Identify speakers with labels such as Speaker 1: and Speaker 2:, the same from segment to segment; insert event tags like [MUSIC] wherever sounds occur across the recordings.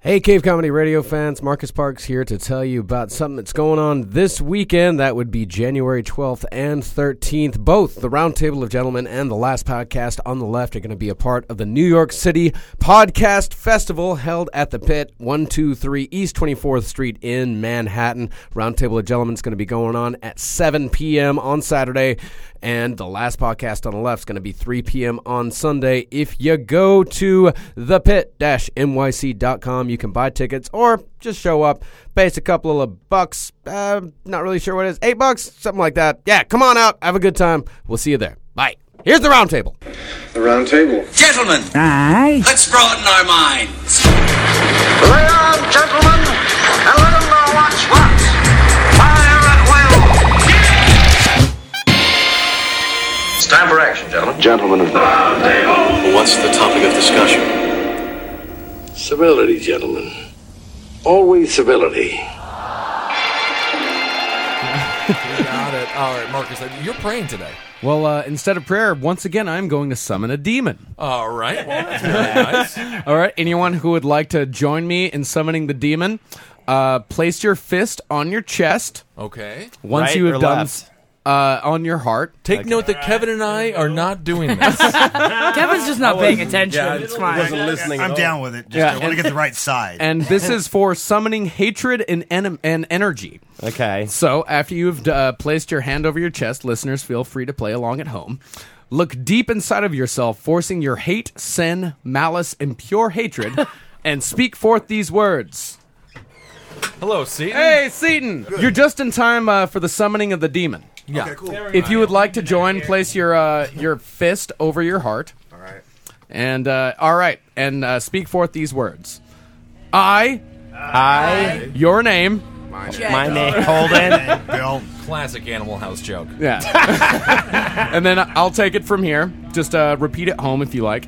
Speaker 1: Hey, Cave Comedy Radio fans, Marcus Parks here to tell you about something that's going on this weekend. That would be January 12th and 13th. Both the Roundtable of Gentlemen and the Last Podcast on the Left are going to be a part of the New York City Podcast Festival held at the Pit, 123 East 24th Street in Manhattan. Roundtable of Gentlemen is going to be going on at 7 p.m. on Saturday, and the Last Podcast on the Left is going to be 3 p.m. on Sunday. If you go to thepit-nyc.com, you can buy tickets or just show up, pay us a couple of bucks. Uh, not really sure what it is, eight bucks, something like that. Yeah, come on out, have a good time. We'll see you there. Bye. Here's the roundtable.
Speaker 2: The round table.
Speaker 3: Gentlemen, let's broaden our minds.
Speaker 2: Lay on, gentlemen, and let 'em know what's what. Fire at will. It's time for action, gentlemen. Gentlemen of the round table.
Speaker 4: What's the topic of discussion?
Speaker 5: Civility, gentlemen. Always civility.
Speaker 6: Got it. All right, Marcus, uh, you're praying today.
Speaker 7: Well, uh, instead of prayer, once again, I'm going to summon a demon.
Speaker 6: All right. Well, that's very nice.
Speaker 7: All right, anyone who would like to join me in summoning the demon, uh, place your fist on your chest.
Speaker 6: Okay.
Speaker 7: Once
Speaker 8: Right
Speaker 7: you have
Speaker 8: or
Speaker 7: done,
Speaker 8: left?
Speaker 7: uh, on your heart.
Speaker 6: Take note that Kevin and I are not doing this.
Speaker 9: Kevin's just not paying attention. it's fine.
Speaker 8: listening. I'm down with it. Just
Speaker 7: Yeah,
Speaker 8: I want to get the right side.
Speaker 7: And this is for summoning hatred and en- and energy.
Speaker 8: okay.
Speaker 7: So, after you've uh, placed your hand over your chest, listeners, feel free to play along at home. Look deep inside of yourself, forcing your hate, sin, malice, and pure hatred, and speak forth these words.
Speaker 6: Hello, Seton.
Speaker 7: Hey, Seton! You're just in time uh, for the summoning of the demon.
Speaker 6: Yeah.
Speaker 7: If you would like to join, place your uh, your fist over your heart. All right. And uh, all right, and uh, speak forth these words. I,
Speaker 8: I,
Speaker 7: your name.
Speaker 8: my
Speaker 9: [LAUGHS]
Speaker 8: name, Holden.
Speaker 5: Bill,
Speaker 6: Classic Animal House joke.
Speaker 7: Yeah. [LAUGHS] and then I'll take it from here. Just uh, repeat it home if you like.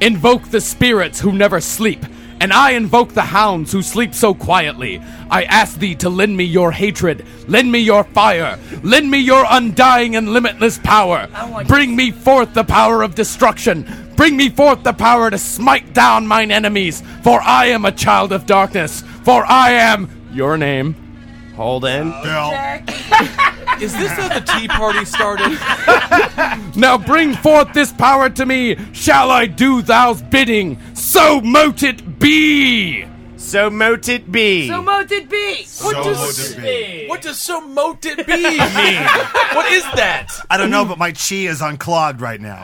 Speaker 7: Invoke the spirits who never sleep, and I invoke the hounds who sleep so quietly. I ask thee to lend me your hatred, lend me your fire, lend me your undying and limitless power. Bring me forth the power of destruction. Bring me forth the power to smite down mine enemies, for I am a child of darkness, for I am your name.
Speaker 8: Holden.
Speaker 5: Bill,
Speaker 6: Is this how the Tea Party started?
Speaker 7: [LAUGHS] Now bring forth this power to me. Shall I do thou's bidding? So mote it be.
Speaker 8: So mote it be.
Speaker 9: So mote it be.
Speaker 5: so
Speaker 6: does-
Speaker 5: would it be?
Speaker 6: What does so moted be mean? what is that?
Speaker 5: I don't know, but my chi is unclogged right
Speaker 6: [LAUGHS]
Speaker 5: now.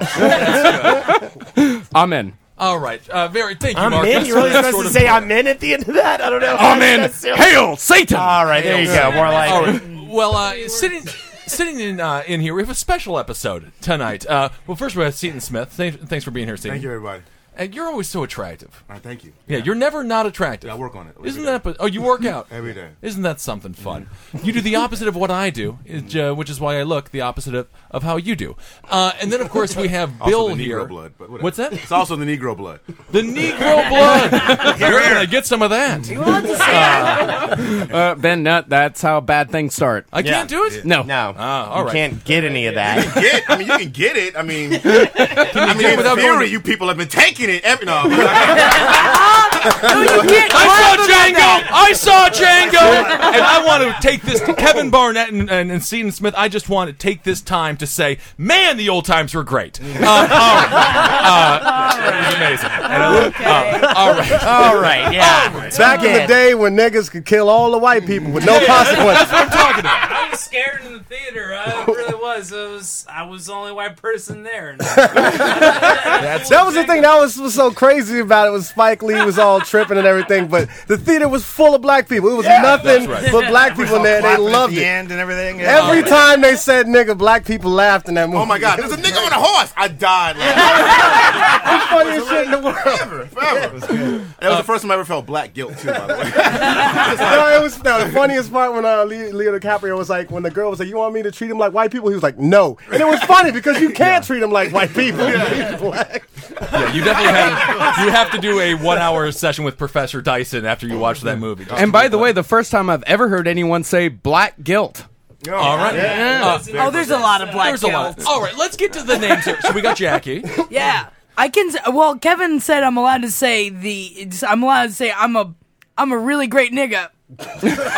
Speaker 7: Amen.
Speaker 6: All right. Uh, very. Thank you,
Speaker 8: I'm
Speaker 6: Marcus.
Speaker 8: in.
Speaker 6: for
Speaker 8: You're really
Speaker 6: that
Speaker 8: supposed
Speaker 6: sort
Speaker 8: to
Speaker 6: of
Speaker 8: say
Speaker 6: plug.
Speaker 8: I'm in at the end of that? I don't know.
Speaker 7: Amen.
Speaker 8: That's so-
Speaker 7: Hail Satan.
Speaker 8: All right, there you go. More like
Speaker 6: All right. Well, uh, sitting sitting in uh, in here, we have a special episode tonight. Uh, well, first we have Seton Smith. Thanks, thanks for being here, Seton.
Speaker 10: Thank you, everybody.
Speaker 6: And you're always so attractive.
Speaker 10: All right, thank you.
Speaker 6: Yeah, you're never not attractive.
Speaker 10: I work on it.
Speaker 6: Isn't that? But, oh, you work out
Speaker 10: [LAUGHS] Every day.
Speaker 6: Isn't that something fun? You do the opposite of what I do, it, uh, which is why I look the opposite of, of how you do. Uh, and then, of course,
Speaker 10: [LAUGHS]
Speaker 6: we have
Speaker 10: Also
Speaker 6: Bill
Speaker 10: the Negro
Speaker 6: here.
Speaker 10: blood, but whatever. [LAUGHS]
Speaker 6: What's that?
Speaker 10: It's also the
Speaker 6: [LAUGHS]
Speaker 10: Negro blood.
Speaker 6: The Negro blood. You're gonna get some of that.
Speaker 7: Uh, ben, that, that's how bad things start.
Speaker 6: I can't do it.
Speaker 7: No.
Speaker 8: No.
Speaker 6: Ah, all
Speaker 8: you
Speaker 6: right.
Speaker 8: can't get any of
Speaker 10: [LAUGHS]
Speaker 8: that.
Speaker 10: Get? I mean, you can get it.
Speaker 6: [LAUGHS]
Speaker 10: I mean, I mean, in
Speaker 6: without going
Speaker 10: theory,
Speaker 6: to-
Speaker 10: you people have been taking it. Every, no, [LAUGHS] I
Speaker 6: I saw Django. I saw Django, and I want to take this Kevin Barnett and, and, and Seton Smith. I just want to take this time to say, man, the old times were great. Uh, all right. Uh, it was amazing. Uh, all right.
Speaker 10: [LAUGHS]
Speaker 8: All right, yeah.
Speaker 4: Back in the day when niggas could kill all the white people with no consequence.
Speaker 6: I'm talking about.
Speaker 9: I was scared in the theater. I really was. I was. I was the only white person there.
Speaker 4: That was the thing that was, was so crazy about it was Spike Lee was all tripping and everything, but the theater was full of black people. It was nothing but black people in there. They
Speaker 5: Clapping at
Speaker 4: loved
Speaker 5: the
Speaker 4: it.
Speaker 5: end and everything.
Speaker 4: Every time they said nigga, black people laughed in that movie.
Speaker 10: oh my God, there's a nigga on a horse. I died. Like,
Speaker 4: funniest shit in the world.
Speaker 10: forever. That
Speaker 6: Uh,
Speaker 10: was the first time I ever felt black guilt too. By
Speaker 6: [LAUGHS]
Speaker 10: the way,
Speaker 4: [LAUGHS] no, it was no, the funniest part when uh, Le- Leo DiCaprio was like, when the girl was like, "You want me to treat him like white people?" He was like, "No," and it was funny because you can't treat him like white people. [LAUGHS] He's black.
Speaker 6: [LAUGHS] Yeah, you definitely have. You have to do a one-hour session with Professor Dyson after you watch that movie.
Speaker 7: And by the way, the first time I've ever heard anyone say black guilt.
Speaker 6: all right. Uh,
Speaker 9: oh, there's a lot of black
Speaker 6: there's a lot. All right, let's get to the names here. So we got Jackie.
Speaker 9: Yeah, I can. s- Well, Kevin said I'm allowed to say the. it's- I'm allowed to say I'm a I'm a really great nigga.
Speaker 6: Okay, well,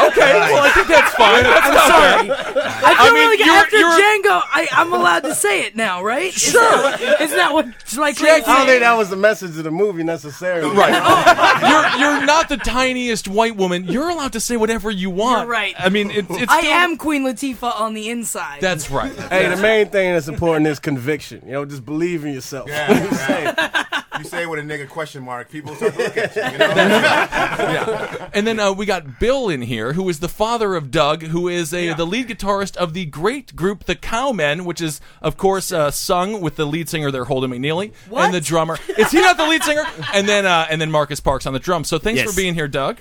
Speaker 6: I think that's fine. That's
Speaker 9: I'm
Speaker 6: not
Speaker 9: sorry.
Speaker 6: bad.
Speaker 9: I feel
Speaker 6: mean,
Speaker 9: really good
Speaker 6: you're-
Speaker 9: after
Speaker 6: you're-
Speaker 9: Django. I, I'm allowed to say it now, right? Is
Speaker 5: Sure.
Speaker 9: that- Is that what like
Speaker 5: I don't think that was the message of the movie necessarily.
Speaker 6: Right. you're, you're not the tiniest white woman. You're allowed to say whatever you want.
Speaker 9: You're right.
Speaker 6: I mean, it, it's.
Speaker 9: I
Speaker 6: still-
Speaker 9: am Queen Latifah on the inside.
Speaker 6: That's right.
Speaker 5: Hey, the main thing that's important is conviction. You know, just believe in yourself.
Speaker 4: [LAUGHS] Yeah, You say it with a nigga question mark, people start to
Speaker 10: [LAUGHS]
Speaker 4: look at you. you know?
Speaker 6: yeah. And then uh, we got Bill in here, who is the father of Doug, who is a, the lead guitarist of the great group The Cowmen, which is, of course, uh, sung with the lead singer there, Holden McNeely, and the drummer. Is he not the lead [LAUGHS] singer? And then uh, and then Marcus Parks on the drums. So thanks
Speaker 11: Yes.
Speaker 6: for being here, Doug.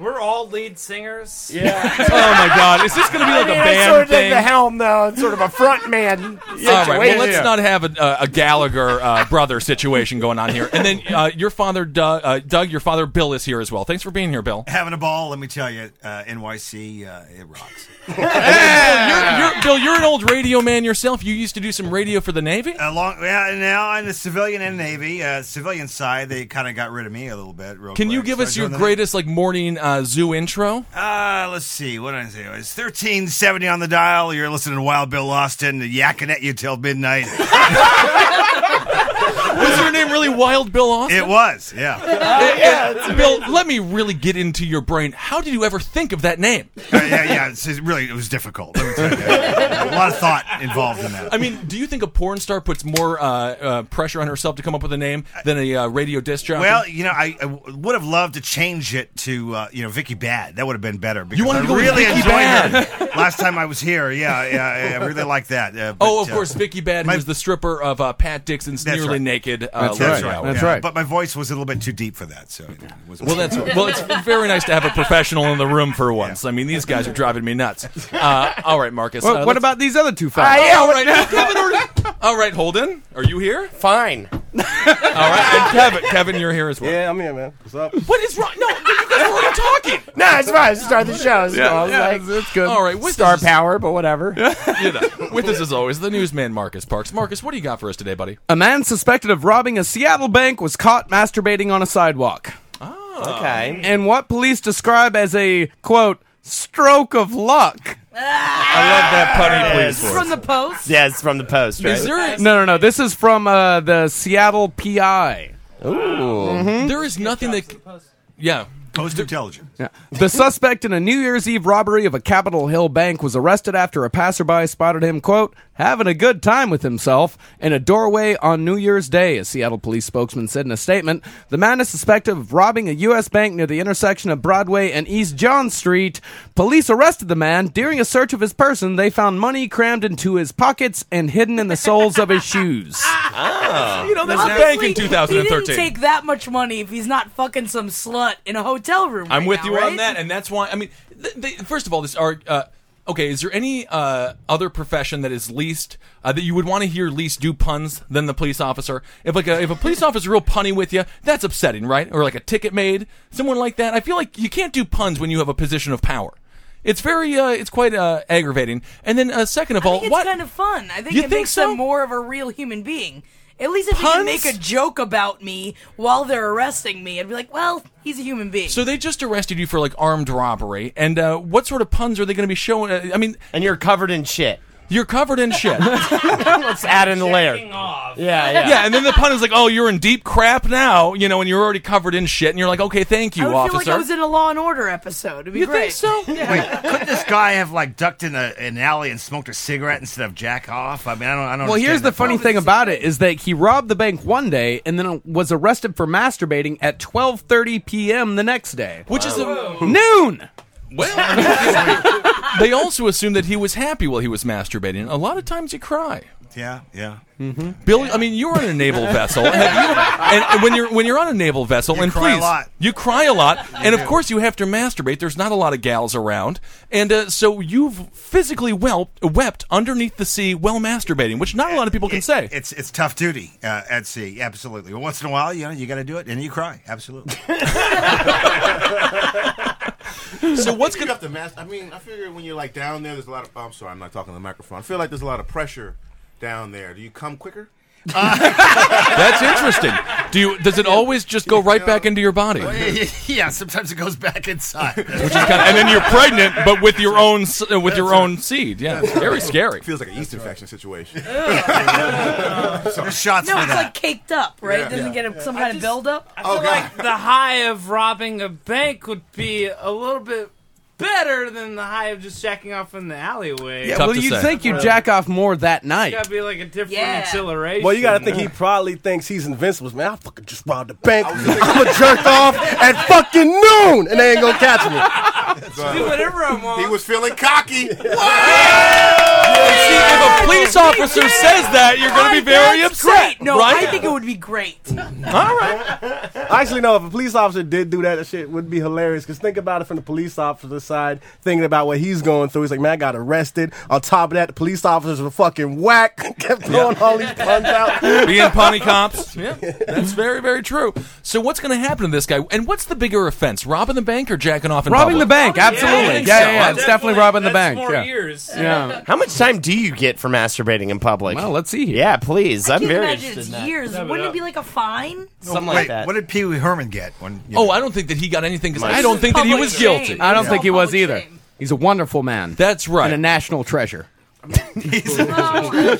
Speaker 11: We're all lead singers.
Speaker 6: Yeah. [LAUGHS] Oh, my God. Is this gonna be like
Speaker 11: a
Speaker 6: a band thing?
Speaker 11: helm now. It's sort of a front man.
Speaker 6: All right, well, let's not have a, a, a Gallagher uh, brother situation going on here. And then uh, your father, Doug, uh, Doug, your father, Bill, is here as well. Thanks for being here, Bill.
Speaker 10: Having a ball, let me tell you, uh, NYC, uh, it rocks.
Speaker 6: You're, Bill, you're an old radio man yourself. You used to do some radio for the Navy.
Speaker 10: Along, yeah, now in the civilian and Navy, uh, civilian side, they kind of got rid of me a little bit. Real
Speaker 6: Can
Speaker 10: quick.
Speaker 6: you give
Speaker 10: So I
Speaker 6: us your
Speaker 10: joined the-
Speaker 6: greatest like morning uh, zoo intro?
Speaker 10: Uh, let's see. What did I say? It was 1370 on the dial. You're listening to Wild Bill Austin, yakking at you
Speaker 6: [LAUGHS]
Speaker 10: till midnight.
Speaker 6: Was your name really Wild Bill Austin?
Speaker 10: It was, yeah. Uh,
Speaker 6: And- and Bill, let me really get into your brain. How did you ever think of that name?
Speaker 10: Uh, yeah, yeah. It's, it's really, it was difficult. Let me tell you. a lot of thought involved in that.
Speaker 6: I mean, do you think a porn star puts more uh, uh, pressure on herself to come up with a name than a uh, radio disc jockey?
Speaker 10: Well, you know, I, I w- would have loved to change it to uh, you know Vicky Bad. That would have been better. Because
Speaker 6: wanted
Speaker 10: I
Speaker 6: to go with
Speaker 10: really
Speaker 6: Vicky
Speaker 10: enjoyed
Speaker 6: Bad.
Speaker 10: her last time I was here. Yeah, yeah, yeah, I really like that. Uh,
Speaker 6: [LAUGHS] oh,
Speaker 10: but,
Speaker 6: of
Speaker 10: uh,
Speaker 6: course, Vicky Bad, who's the stripper of uh, Pat Dixon's
Speaker 10: that's
Speaker 6: Nearly
Speaker 10: right.
Speaker 6: Naked. Uh,
Speaker 10: that's
Speaker 6: Lady
Speaker 10: right.
Speaker 6: Hour.
Speaker 10: yeah. But my voice was a little bit too deep for that. So, it was
Speaker 6: Well, that's well. It's very nice to have a professional in the room for once. I mean, these guys are driving me nuts. Uh, all right, Marcus.
Speaker 7: Well,
Speaker 6: uh,
Speaker 7: what
Speaker 6: let's-
Speaker 7: about these other two
Speaker 6: All
Speaker 7: fellas?
Speaker 6: right,
Speaker 3: [LAUGHS]
Speaker 6: Kevin. Are, all right, Holden, are you here? Fine. All
Speaker 3: [LAUGHS]
Speaker 6: right, and Kevin, Kevin, you're here as well.
Speaker 5: Yeah, I'm here, man. What's up?
Speaker 6: What is wrong? No, you guys were
Speaker 3: [LAUGHS]
Speaker 6: already talking.
Speaker 3: No, it's fine. Just Start the show. So I was like,
Speaker 6: All right, with
Speaker 3: star
Speaker 6: us, is-
Speaker 3: power, but whatever.
Speaker 6: [LAUGHS] you know, with us as always, the newsman Marcus Parks. Marcus, what do you got for us today, buddy?
Speaker 7: A man suspected of robbing a Seattle bank was caught masturbating on a sidewalk.
Speaker 3: Okay.
Speaker 7: And what police describe as a, quote, stroke of luck.
Speaker 3: I love that
Speaker 7: punny
Speaker 9: It's from the post.
Speaker 3: Yeah, it's from the post, right?
Speaker 7: No, no, no. This is from uh, the Seattle PI.
Speaker 3: Ooh.
Speaker 6: There is nothing that. Yeah.
Speaker 10: Post [LAUGHS] intelligence.
Speaker 7: Yeah. The suspect in a New Year's Eve robbery of a Capitol Hill bank was arrested after a passerby spotted him, quote, having a good time with himself in a doorway on New Year's Day, a Seattle police spokesman said in a statement. The man is suspected of robbing a U.S. bank near the intersection of Broadway and East John Street. Police arrested the man. During a search of his person, they found money crammed into his pockets and hidden in the soles of his shoes.
Speaker 6: You know, that's a
Speaker 9: Obviously,
Speaker 6: bank in
Speaker 9: He
Speaker 6: 2013.
Speaker 9: didn't take that much money if he's not fucking some slut in a hotel room.
Speaker 6: I'm
Speaker 9: right
Speaker 6: with
Speaker 9: now,
Speaker 6: you on
Speaker 9: right?
Speaker 6: that, and that's why. I mean, th- th- first of all, this art. Uh, okay, is there any uh, other profession that is least uh, that you would want to hear least do puns than the police officer? If like a, if a police officer real punny with you, that's upsetting, right? Or like a ticket maid, someone like that. I feel like you can't do puns when you have a position of power. It's very, uh, it's quite uh, aggravating. And then, uh, second of all,
Speaker 9: I think it's
Speaker 6: what
Speaker 9: kind of fun. I think
Speaker 6: You
Speaker 9: it
Speaker 6: think
Speaker 9: makes
Speaker 6: so?
Speaker 9: them more of a real human being. At least if
Speaker 6: Puns?
Speaker 9: you make a joke about me while they're arresting me, I'd be like, well, he's a human being.
Speaker 6: So they just arrested you for like armed robbery, and uh, what sort of puns are they going to be showing? Uh, I mean,
Speaker 3: and you're covered in shit.
Speaker 6: You're covered in shit. Let's
Speaker 3: add in the layer. Yeah, yeah.
Speaker 6: and then the pun is like, "Oh, you're in deep crap now," you know, and you're already covered in shit, and you're like, "Okay, thank you,
Speaker 9: I would
Speaker 6: officer."
Speaker 9: feel like I was in a Law and Order episode. It'd be
Speaker 6: You think
Speaker 9: great.
Speaker 10: [LAUGHS]
Speaker 6: so?
Speaker 9: Yeah.
Speaker 10: Couldn't this guy have like ducked in a, an alley and smoked a cigarette instead of jack off? I mean, I don't. I don't.
Speaker 7: Well, here's the
Speaker 10: understand that
Speaker 7: funny
Speaker 10: part.
Speaker 7: thing about it is that he robbed the bank one day and then was arrested for masturbating at 12:30 p.m. the next day,
Speaker 6: Which is Wow. a-
Speaker 7: noon.
Speaker 6: they also assumed that he was happy while he was masturbating. A lot of times you cry.
Speaker 10: Yeah, yeah.
Speaker 6: Bill, I mean, you're on a naval vessel, and, have you- and- and when you're when you're on a naval vessel,
Speaker 10: You
Speaker 6: and
Speaker 10: cry a
Speaker 6: please,
Speaker 10: lot.
Speaker 6: you cry a lot, and of
Speaker 10: do.
Speaker 6: course you have to masturbate. There's not a lot of gals around, and uh, so you've physically well wept underneath the sea while masturbating, which not a lot of people can say.
Speaker 10: It's it's tough duty uh, at sea, absolutely. But once in a while, you know, you got to do it, and you cry, [LAUGHS] absolutely.
Speaker 6: So what's
Speaker 4: gonna have to mask? I mean, I figure when you're like down there, there's a lot of. I'm sorry, I'm not talking to the microphone. I feel like there's a lot of pressure down there. Do you come quicker?
Speaker 6: That's interesting. Do you? Does it always just go right back into your body?
Speaker 12: yeah, sometimes it goes back inside. Which
Speaker 6: Which is kind of, and then you're pregnant, but with your own s- uh, with your own seed. Yeah, it's very scary.
Speaker 10: Feels like an yeast infection [LAUGHS] situation.
Speaker 4: [LAUGHS]
Speaker 12: There's shots
Speaker 9: no,
Speaker 6: for
Speaker 9: it's
Speaker 6: that.
Speaker 9: like caked up, right?
Speaker 6: Yeah.
Speaker 9: Doesn't
Speaker 6: Yeah.
Speaker 9: get a, some kind of buildup.
Speaker 3: I feel like the high of robbing a bank would be a little bit better than the high of just jacking off in the alleyway.
Speaker 7: Yeah, well, you think you jack off more that
Speaker 3: It's
Speaker 7: night.
Speaker 3: gotta be like a different exhilaration.
Speaker 4: Well, you got to think he probably thinks he's invincible. Man, I fucking just robbed the bank. I'm a jerk off at fucking noon, and they ain't gonna catch me.
Speaker 3: do whatever I want.
Speaker 10: He was feeling cocky.
Speaker 6: See, if a police officer says that, you're going to be very
Speaker 9: That's
Speaker 6: upset.
Speaker 9: great. No,
Speaker 6: right?
Speaker 9: I think it would be great.
Speaker 6: All right.
Speaker 4: Actually, no. If a police officer did do that, that shit would be hilarious. Because think about it from the police officer's side, thinking about what he's going through. He's like, man, I got arrested. On top of that, the police officers were fucking whack. [LAUGHS] Kept throwing all these puns out.
Speaker 6: Being punny cops. [LAUGHS] Yeah, that's very, very true. So what's going to happen to this guy? And what's the bigger offense, robbing the bank or jacking off in
Speaker 7: Robbing the
Speaker 6: public?
Speaker 7: bank, absolutely.
Speaker 6: I think
Speaker 7: Yeah,
Speaker 6: so.
Speaker 7: yeah, yeah, it's definitely robbing the bank. yeah. Yeah.
Speaker 13: How much time do you get for masturbating in public? Well,
Speaker 7: let's see here.
Speaker 13: Yeah, please.
Speaker 9: I
Speaker 13: I'm
Speaker 9: can't
Speaker 13: very
Speaker 9: imagine
Speaker 13: interested
Speaker 9: it's
Speaker 13: in that.
Speaker 9: years. Wouldn't it be like a fine?
Speaker 13: Something like that.
Speaker 12: What did Pee Wee Herman get? When
Speaker 6: Oh, I don't think that he got anything because I don't think that he was guilty.
Speaker 7: I don't think he was either. He's a wonderful man.
Speaker 6: That's right.
Speaker 7: And a national treasure.
Speaker 10: I don't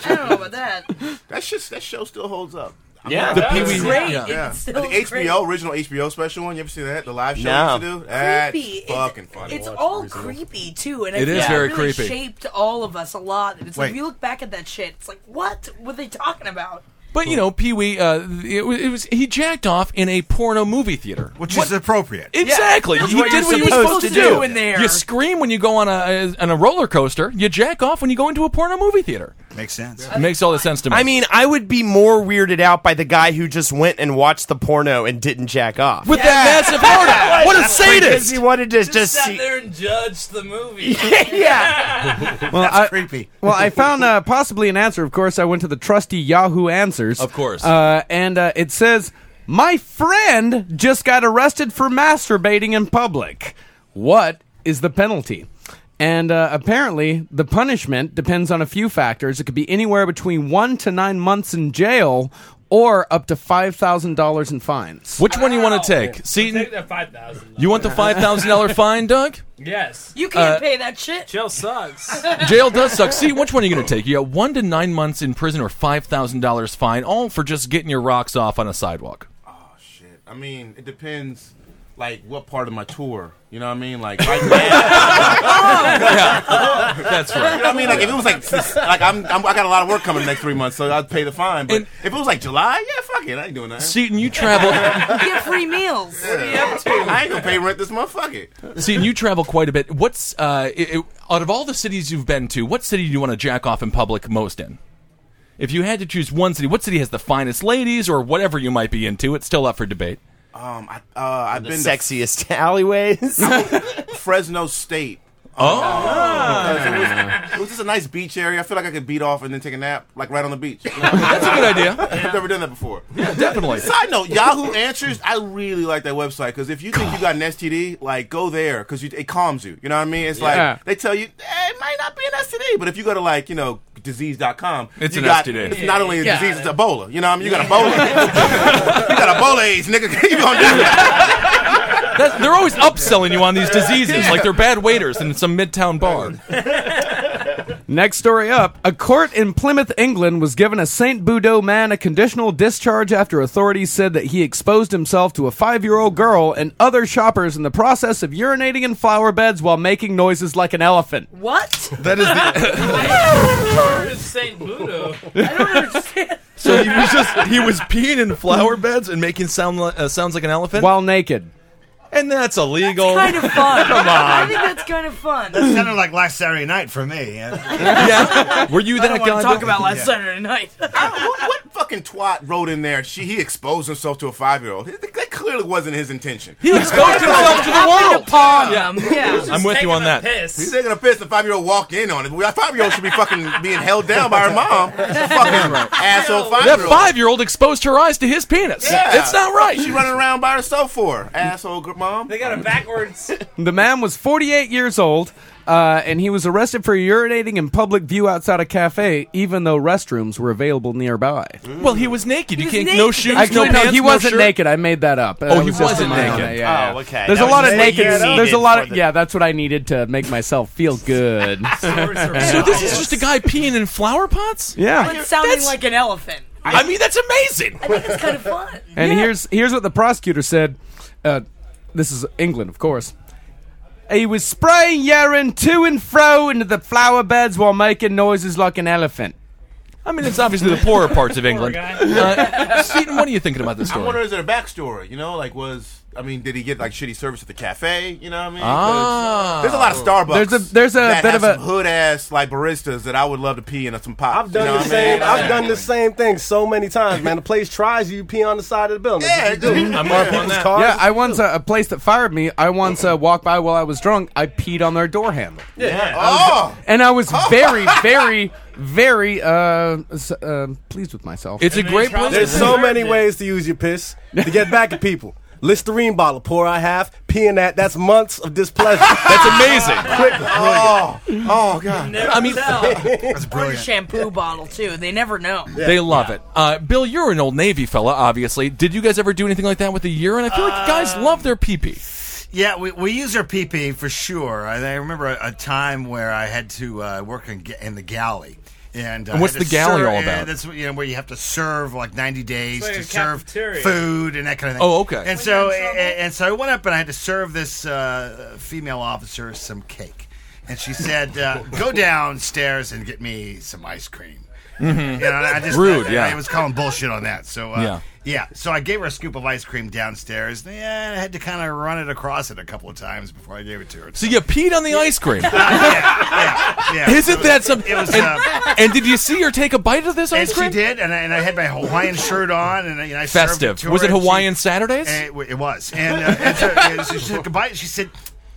Speaker 9: know about that.
Speaker 10: That shit, that show still holds up.
Speaker 7: Yeah,
Speaker 10: I'm
Speaker 7: the
Speaker 10: not-
Speaker 7: Pee Wee- Great,
Speaker 10: Yeah.
Speaker 7: it's
Speaker 9: still
Speaker 10: The HBO
Speaker 9: great.
Speaker 10: original HBO special one. You ever see that? The live show
Speaker 13: No.
Speaker 10: we used to do. That's
Speaker 9: Creepy. It's-
Speaker 10: fucking funny.
Speaker 9: It's all creepy too, and I
Speaker 10: It
Speaker 9: feel
Speaker 10: is
Speaker 9: like
Speaker 10: very
Speaker 9: really
Speaker 10: creepy.
Speaker 9: Shaped all of us a lot. It's like
Speaker 6: Wait.
Speaker 9: if you look back at that shit, it's like, what were they talking about?
Speaker 6: But you know, Pee Wee, uh, it, was, it was he jacked off in a porno movie theater,
Speaker 12: which is appropriate.
Speaker 6: Exactly,
Speaker 12: Yeah. That's
Speaker 6: he
Speaker 12: what
Speaker 6: did
Speaker 12: you're
Speaker 6: what you were
Speaker 12: supposed
Speaker 6: supposed to
Speaker 12: to do
Speaker 6: do.
Speaker 12: in there.
Speaker 6: You scream when you go on a on a roller coaster. You jack off when you go into a porno movie theater.
Speaker 12: Makes sense.
Speaker 9: Uh,
Speaker 6: It makes all the sense to me.
Speaker 13: I mean, I would be more weirded out by the guy who just went and watched the porno and didn't jack off.
Speaker 6: With that massive order. What a
Speaker 13: That's like,
Speaker 6: sadist.
Speaker 13: He wanted to just,
Speaker 3: sat
Speaker 13: see.
Speaker 3: there and judge the movie.
Speaker 13: yeah.
Speaker 7: That's creepy. Well, I found uh, possibly an answer. Of course, I went to the trusty Yahoo Answers. Of
Speaker 6: course.
Speaker 7: Uh, and uh, it says, My friend just got arrested for masturbating in public. What is the penalty? And uh, apparently, the punishment depends on a few factors. It could be anywhere between one to nine months in jail or up to $5,000 in fines.
Speaker 6: Which one do you want to take? Seaton?
Speaker 3: Take that five thousand.
Speaker 6: You want the five
Speaker 3: [LAUGHS]
Speaker 6: thousand dollar fine, Doug?
Speaker 3: Yes.
Speaker 9: [LAUGHS] You can't
Speaker 6: Uh,
Speaker 9: pay that shit.
Speaker 3: Jail sucks.
Speaker 6: Jail does suck. See, which one are you going to take? You got one to nine months in prison or five thousand dollars fine, all for just getting your rocks off on a sidewalk.
Speaker 10: I mean, it depends. Like what part of my tour? You know what I
Speaker 13: [LAUGHS]
Speaker 10: mean? Like right now. yeah,
Speaker 6: that's right.
Speaker 10: You know what I mean? Like if it was like s- like I'm, I'm I got a lot of work coming the next three months, so I'd pay the fine. But if it was like July, yeah, fuck it, I ain't doing that.
Speaker 6: Seaton, you travel.
Speaker 9: Get
Speaker 3: [LAUGHS]
Speaker 9: free meals.
Speaker 10: I ain't gonna pay rent this month. Fuck it.
Speaker 6: See, and you travel quite a bit. What's uh, it, it- out of all the cities you've been to? What city do you want to jack off in public most in? If you had to choose one city, what city has the finest ladies or whatever you might be into? It's still up for debate.
Speaker 10: Um, I, uh, I've
Speaker 13: The
Speaker 10: been
Speaker 13: sexiest [LAUGHS] alleyways.
Speaker 10: to [LAUGHS] Fresno State. Um,
Speaker 6: Oh.
Speaker 10: Because it, was, it was just a nice beach area. I feel like I could beat off and then take a nap, like right on the beach. That's
Speaker 6: a good idea.
Speaker 10: [LAUGHS] I've never done that before.
Speaker 6: Definitely.
Speaker 10: Side note, Yahoo Answers, I really like that website because if you think you got an STD, like go there because it calms you. You know what I mean? It's
Speaker 6: Yeah.
Speaker 10: like they tell you eh, it might not be an STD, but if you go to like you know disease.com,
Speaker 6: It's
Speaker 10: you
Speaker 6: an
Speaker 10: got,
Speaker 6: STD.
Speaker 10: It's not only a
Speaker 6: Yeah.
Speaker 10: disease, it's Ebola. You know what I mean? You got Ebola. you got Ebola AIDS, nigga. [LAUGHS] You gonna do that?
Speaker 6: That's, they're always upselling you on these diseases, like they're bad waiters in some midtown bar.
Speaker 7: Next story up. A court in Plymouth, England was given a St. Budeaux man a conditional discharge after authorities said that he exposed himself to a five year old girl and other shoppers in the process of urinating in flower beds while making noises like an elephant.
Speaker 3: [LAUGHS]
Speaker 9: What?
Speaker 7: That is
Speaker 12: [LAUGHS]
Speaker 7: the.
Speaker 3: Saint Budo.
Speaker 6: So he was just he was peeing in flower beds and making sound li- uh, sounds like an elephant
Speaker 7: while naked,
Speaker 6: and that's illegal.
Speaker 9: Kind of fun.
Speaker 6: Oh, Come
Speaker 9: I
Speaker 6: on.
Speaker 9: think that's kind of fun.
Speaker 12: That sounded like last Saturday night for me.
Speaker 9: [LAUGHS]
Speaker 6: yeah. Were you
Speaker 9: I don't want to talk about last Saturday night.
Speaker 10: fucking twat wrote in there. She he exposed himself to a five year old. That clearly wasn't his intention.
Speaker 6: He exposed himself to the world. Yeah.
Speaker 3: Um,
Speaker 6: I'm with you on that.
Speaker 10: He's taking a piss. The five year old walked in on it. Well, that five year old should be fucking being held down by
Speaker 7: [LAUGHS]
Speaker 10: her mom. Fucking asshole five year
Speaker 6: That
Speaker 10: old.
Speaker 6: five year old exposed her eyes to his penis.
Speaker 10: Yeah.
Speaker 6: It's not right.
Speaker 10: She running around by herself for asshole gr-
Speaker 4: mom?
Speaker 11: They got it backwards.
Speaker 7: The man was 48 years old, uh, and he was arrested for urinating in public view outside a cafe, even though restrooms were available nearby.
Speaker 6: Well, he was naked. you can't no shoes,
Speaker 7: Actually,
Speaker 6: no
Speaker 7: no,
Speaker 6: pants,
Speaker 7: he
Speaker 6: no
Speaker 7: wasn't
Speaker 6: shirt.
Speaker 7: naked. I made that up.
Speaker 6: Oh,
Speaker 7: That
Speaker 6: he
Speaker 7: was just
Speaker 6: wasn't
Speaker 7: in my head.
Speaker 6: naked.
Speaker 7: Yeah, yeah.
Speaker 6: Oh, okay.
Speaker 7: There's
Speaker 6: That
Speaker 7: a lot
Speaker 6: was
Speaker 7: of
Speaker 6: what
Speaker 7: naked.
Speaker 6: you needed
Speaker 7: There's a lot of
Speaker 6: for the-
Speaker 7: yeah. That's what I needed to make myself
Speaker 6: [LAUGHS]
Speaker 7: feel good.
Speaker 6: So this is just a guy peeing in flower pots?
Speaker 7: Yeah.
Speaker 9: It's sounding
Speaker 6: That's-
Speaker 9: like an elephant.
Speaker 6: I mean, that's amazing.
Speaker 9: I think it's kind of fun.
Speaker 7: And here's here's what the prosecutor said. Uh, this is England, of course. He was spraying urine to and fro into the flower beds while making noises like an elephant.
Speaker 6: I mean, it's obviously the poorer
Speaker 10: [LAUGHS]
Speaker 6: parts of England. Uh, Stephen, what are you thinking about this
Speaker 4: I
Speaker 6: story?
Speaker 4: wonder is there a backstory? You know, like was I mean, did he get like shitty service at the cafe? You know what I mean? 'Cause
Speaker 6: Ah.
Speaker 4: there's a lot of Starbucks.
Speaker 7: There's a- there's a
Speaker 4: that
Speaker 7: bit
Speaker 4: have
Speaker 7: of a-
Speaker 4: some hood ass like baristas that I would love to pee in some pops.
Speaker 5: I've done the same. I've done the same thing so many times, man. The place tries you, you pee on the side of the building. Yeah, you do.
Speaker 4: I'm
Speaker 5: on
Speaker 4: with you on
Speaker 5: people's
Speaker 4: that.
Speaker 5: cars.
Speaker 7: yeah, I once uh, a place that fired me. I once uh, walked by while I was drunk. I peed on their door handle,
Speaker 4: Yeah. Oh,
Speaker 7: and I
Speaker 9: [LAUGHS]
Speaker 7: was very, very, very uh, s- uh, pleased with myself.
Speaker 5: There's so many ways to use your piss to get back at people. Listerine bottle, pour I half, pee in that. That's months of
Speaker 4: [LAUGHS]
Speaker 5: displeasure. [LAUGHS]
Speaker 6: That's amazing.
Speaker 5: Quickly.
Speaker 4: Oh, oh god.
Speaker 9: Never
Speaker 6: I mean- [LAUGHS]
Speaker 9: tell.
Speaker 6: That's
Speaker 9: Or the
Speaker 6: brilliant.
Speaker 9: shampoo bottle too. They never know.
Speaker 6: [LAUGHS] They love it. Uh, Bill, you're an old Navy fella, obviously. Did you guys ever do anything like that with the urine? I feel like
Speaker 10: Uh,
Speaker 6: guys love their pee pee.
Speaker 10: Yeah, we, we use our PP for sure. I, I remember a, a time where I had to uh, work in, ga- in the galley. And, uh,
Speaker 6: And what's
Speaker 10: I had
Speaker 6: the
Speaker 10: to
Speaker 6: galley
Speaker 10: serve-
Speaker 6: all
Speaker 10: uh,
Speaker 6: about?
Speaker 10: That's you know where you have to serve like ninety
Speaker 11: It's
Speaker 10: days
Speaker 11: like
Speaker 10: to
Speaker 11: a
Speaker 10: serve
Speaker 11: cafeteria.
Speaker 10: food and that kind of thing.
Speaker 6: Oh, okay.
Speaker 10: And so and, and so I went up and I had to serve this uh, female officer some cake, and she said,
Speaker 6: [LAUGHS]
Speaker 10: uh, "Go downstairs and get me some ice cream."
Speaker 6: Mhm.
Speaker 10: You know, I just,
Speaker 6: Rude,
Speaker 10: I,
Speaker 6: yeah.
Speaker 10: I was calling bullshit on that. So uh,
Speaker 6: Yeah.
Speaker 10: yeah. So I gave her a scoop of ice cream downstairs. and, Yeah, I had to kind of run it across it a couple of times before I gave it to her.
Speaker 6: So you peed on the ice cream.
Speaker 10: [LAUGHS] yeah.
Speaker 6: Isn't that something?
Speaker 10: It was,
Speaker 6: and,
Speaker 10: uh,
Speaker 6: and did you see her take a bite of this
Speaker 10: and
Speaker 6: ice cream?
Speaker 10: She did, and I, and I had my Hawaiian shirt on, and I, and I served
Speaker 6: Festive.
Speaker 10: it to her,
Speaker 6: Was it
Speaker 10: and she-
Speaker 6: Hawaiian Saturdays?
Speaker 10: and it, it was, and, uh, and so, and so she said goodbye. and She said.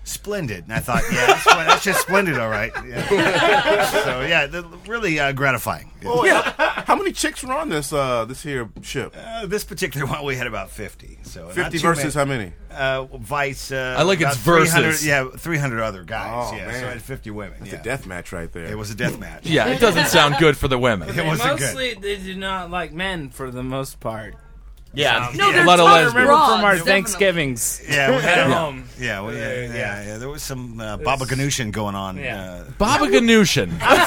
Speaker 10: Splendid, and I thought, yeah, that's, what- that's just splendid, all right. Yeah. So yeah, the, really uh, gratifying.
Speaker 4: Oh, How many chicks were on this uh this here ship?
Speaker 10: Uh, this particular one, we had about fifty. So not
Speaker 4: 50
Speaker 10: too
Speaker 4: versus
Speaker 10: Uh, Vice. Uh,
Speaker 4: I like
Speaker 10: about
Speaker 4: it's versus.
Speaker 10: 300 Yeah, three hundred other guys.
Speaker 4: Oh,
Speaker 10: yeah,
Speaker 4: man.
Speaker 10: so I had fifty women.
Speaker 4: That's
Speaker 10: yeah.
Speaker 4: a death match right there. It
Speaker 10: was a death match.
Speaker 6: Yeah, it doesn't sound good for the women.
Speaker 10: It wasn't good.
Speaker 11: Mostly, they do not like men for the most part.
Speaker 6: Yeah.
Speaker 11: Um,
Speaker 6: No,
Speaker 11: yeah.
Speaker 6: they're A lot of
Speaker 11: I
Speaker 6: lesbians.
Speaker 11: remember from our
Speaker 6: Definitely.
Speaker 11: Thanksgivings.
Speaker 10: Yeah, we
Speaker 6: Yeah.
Speaker 10: had, yeah. Yeah, we- yeah, yeah, yeah. There was some uh, Baba
Speaker 6: It's-
Speaker 10: Ganoush going on.
Speaker 6: Yeah.
Speaker 10: Uh,
Speaker 6: Baba Ganoush. uh, all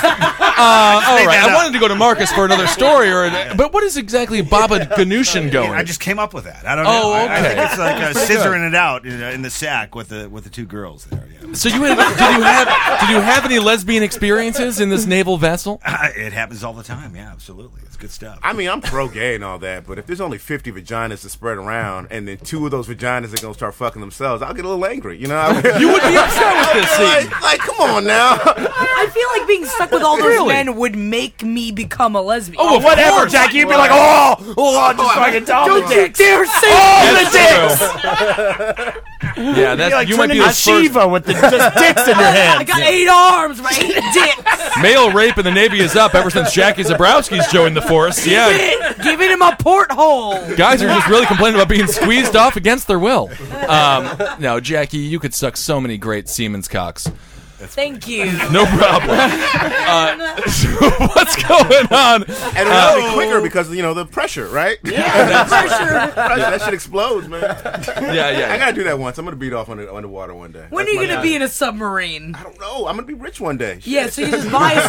Speaker 6: right, I wanted to go to Marcus for another story, or but what is exactly Baba Ganoush going?
Speaker 10: I just came up with that. I don't know.
Speaker 6: Oh,
Speaker 10: I- I
Speaker 6: okay.
Speaker 10: think it's like
Speaker 6: [LAUGHS]
Speaker 10: uh,
Speaker 6: Pretty good.
Speaker 10: scissoring it out in, in the sack with the with the two girls there.
Speaker 6: So you had, did you have did you have any lesbian experiences in this naval vessel?
Speaker 10: [LAUGHS] It happens all the time. Yeah, absolutely. It's good stuff.
Speaker 4: I mean, I'm pro gay and all that, but if there's only 50 vaginas to spread around, and then two of those vaginas are gonna start fucking themselves, I'll get a little angry. You
Speaker 5: [LAUGHS]
Speaker 4: know, [LAUGHS]
Speaker 6: you would be upset with this
Speaker 4: scene. Like, like, come on now.
Speaker 9: I feel like being stuck with all those
Speaker 4: Really?
Speaker 9: men would make me become a lesbian.
Speaker 14: Oh, of Whatever, course. Jack, you'd be like, oh, oh, just fucking tell
Speaker 9: Don't
Speaker 14: the
Speaker 9: you
Speaker 14: dicks.
Speaker 9: dare say
Speaker 14: All the
Speaker 6: That's
Speaker 14: dicks.
Speaker 6: Yeah, that's-
Speaker 14: You're like
Speaker 6: you might
Speaker 14: turning
Speaker 6: be the
Speaker 14: a Shiva with the, just dicks in your
Speaker 9: I
Speaker 14: hand.
Speaker 9: got eight arms, my eight dicks.
Speaker 6: Male rape in the Navy is up ever since Jackie Zabrowski's joined the force. Yeah,
Speaker 9: Give it him a porthole.
Speaker 6: guys are just really complaining about being squeezed off against their will. Um, no, Jackie, you could suck so many great Siemens cocks.
Speaker 9: Thank you.
Speaker 14: [LAUGHS]
Speaker 6: No problem. Uh, [LAUGHS] so what's going on?
Speaker 4: And it'll
Speaker 6: Uh,
Speaker 4: be quicker because you know the pressure, right?
Speaker 6: Yeah,
Speaker 4: [LAUGHS] pressure. That shit explodes, [LAUGHS] man. Yeah,
Speaker 6: yeah.
Speaker 4: I gotta do that once. I'm gonna beat off under, underwater one day.
Speaker 9: When are
Speaker 4: That's
Speaker 9: you
Speaker 4: my
Speaker 9: going to
Speaker 4: goal.
Speaker 9: be in a submarine? I
Speaker 4: don't know. I'm gonna be rich one day.
Speaker 9: Yeah, so you just buy a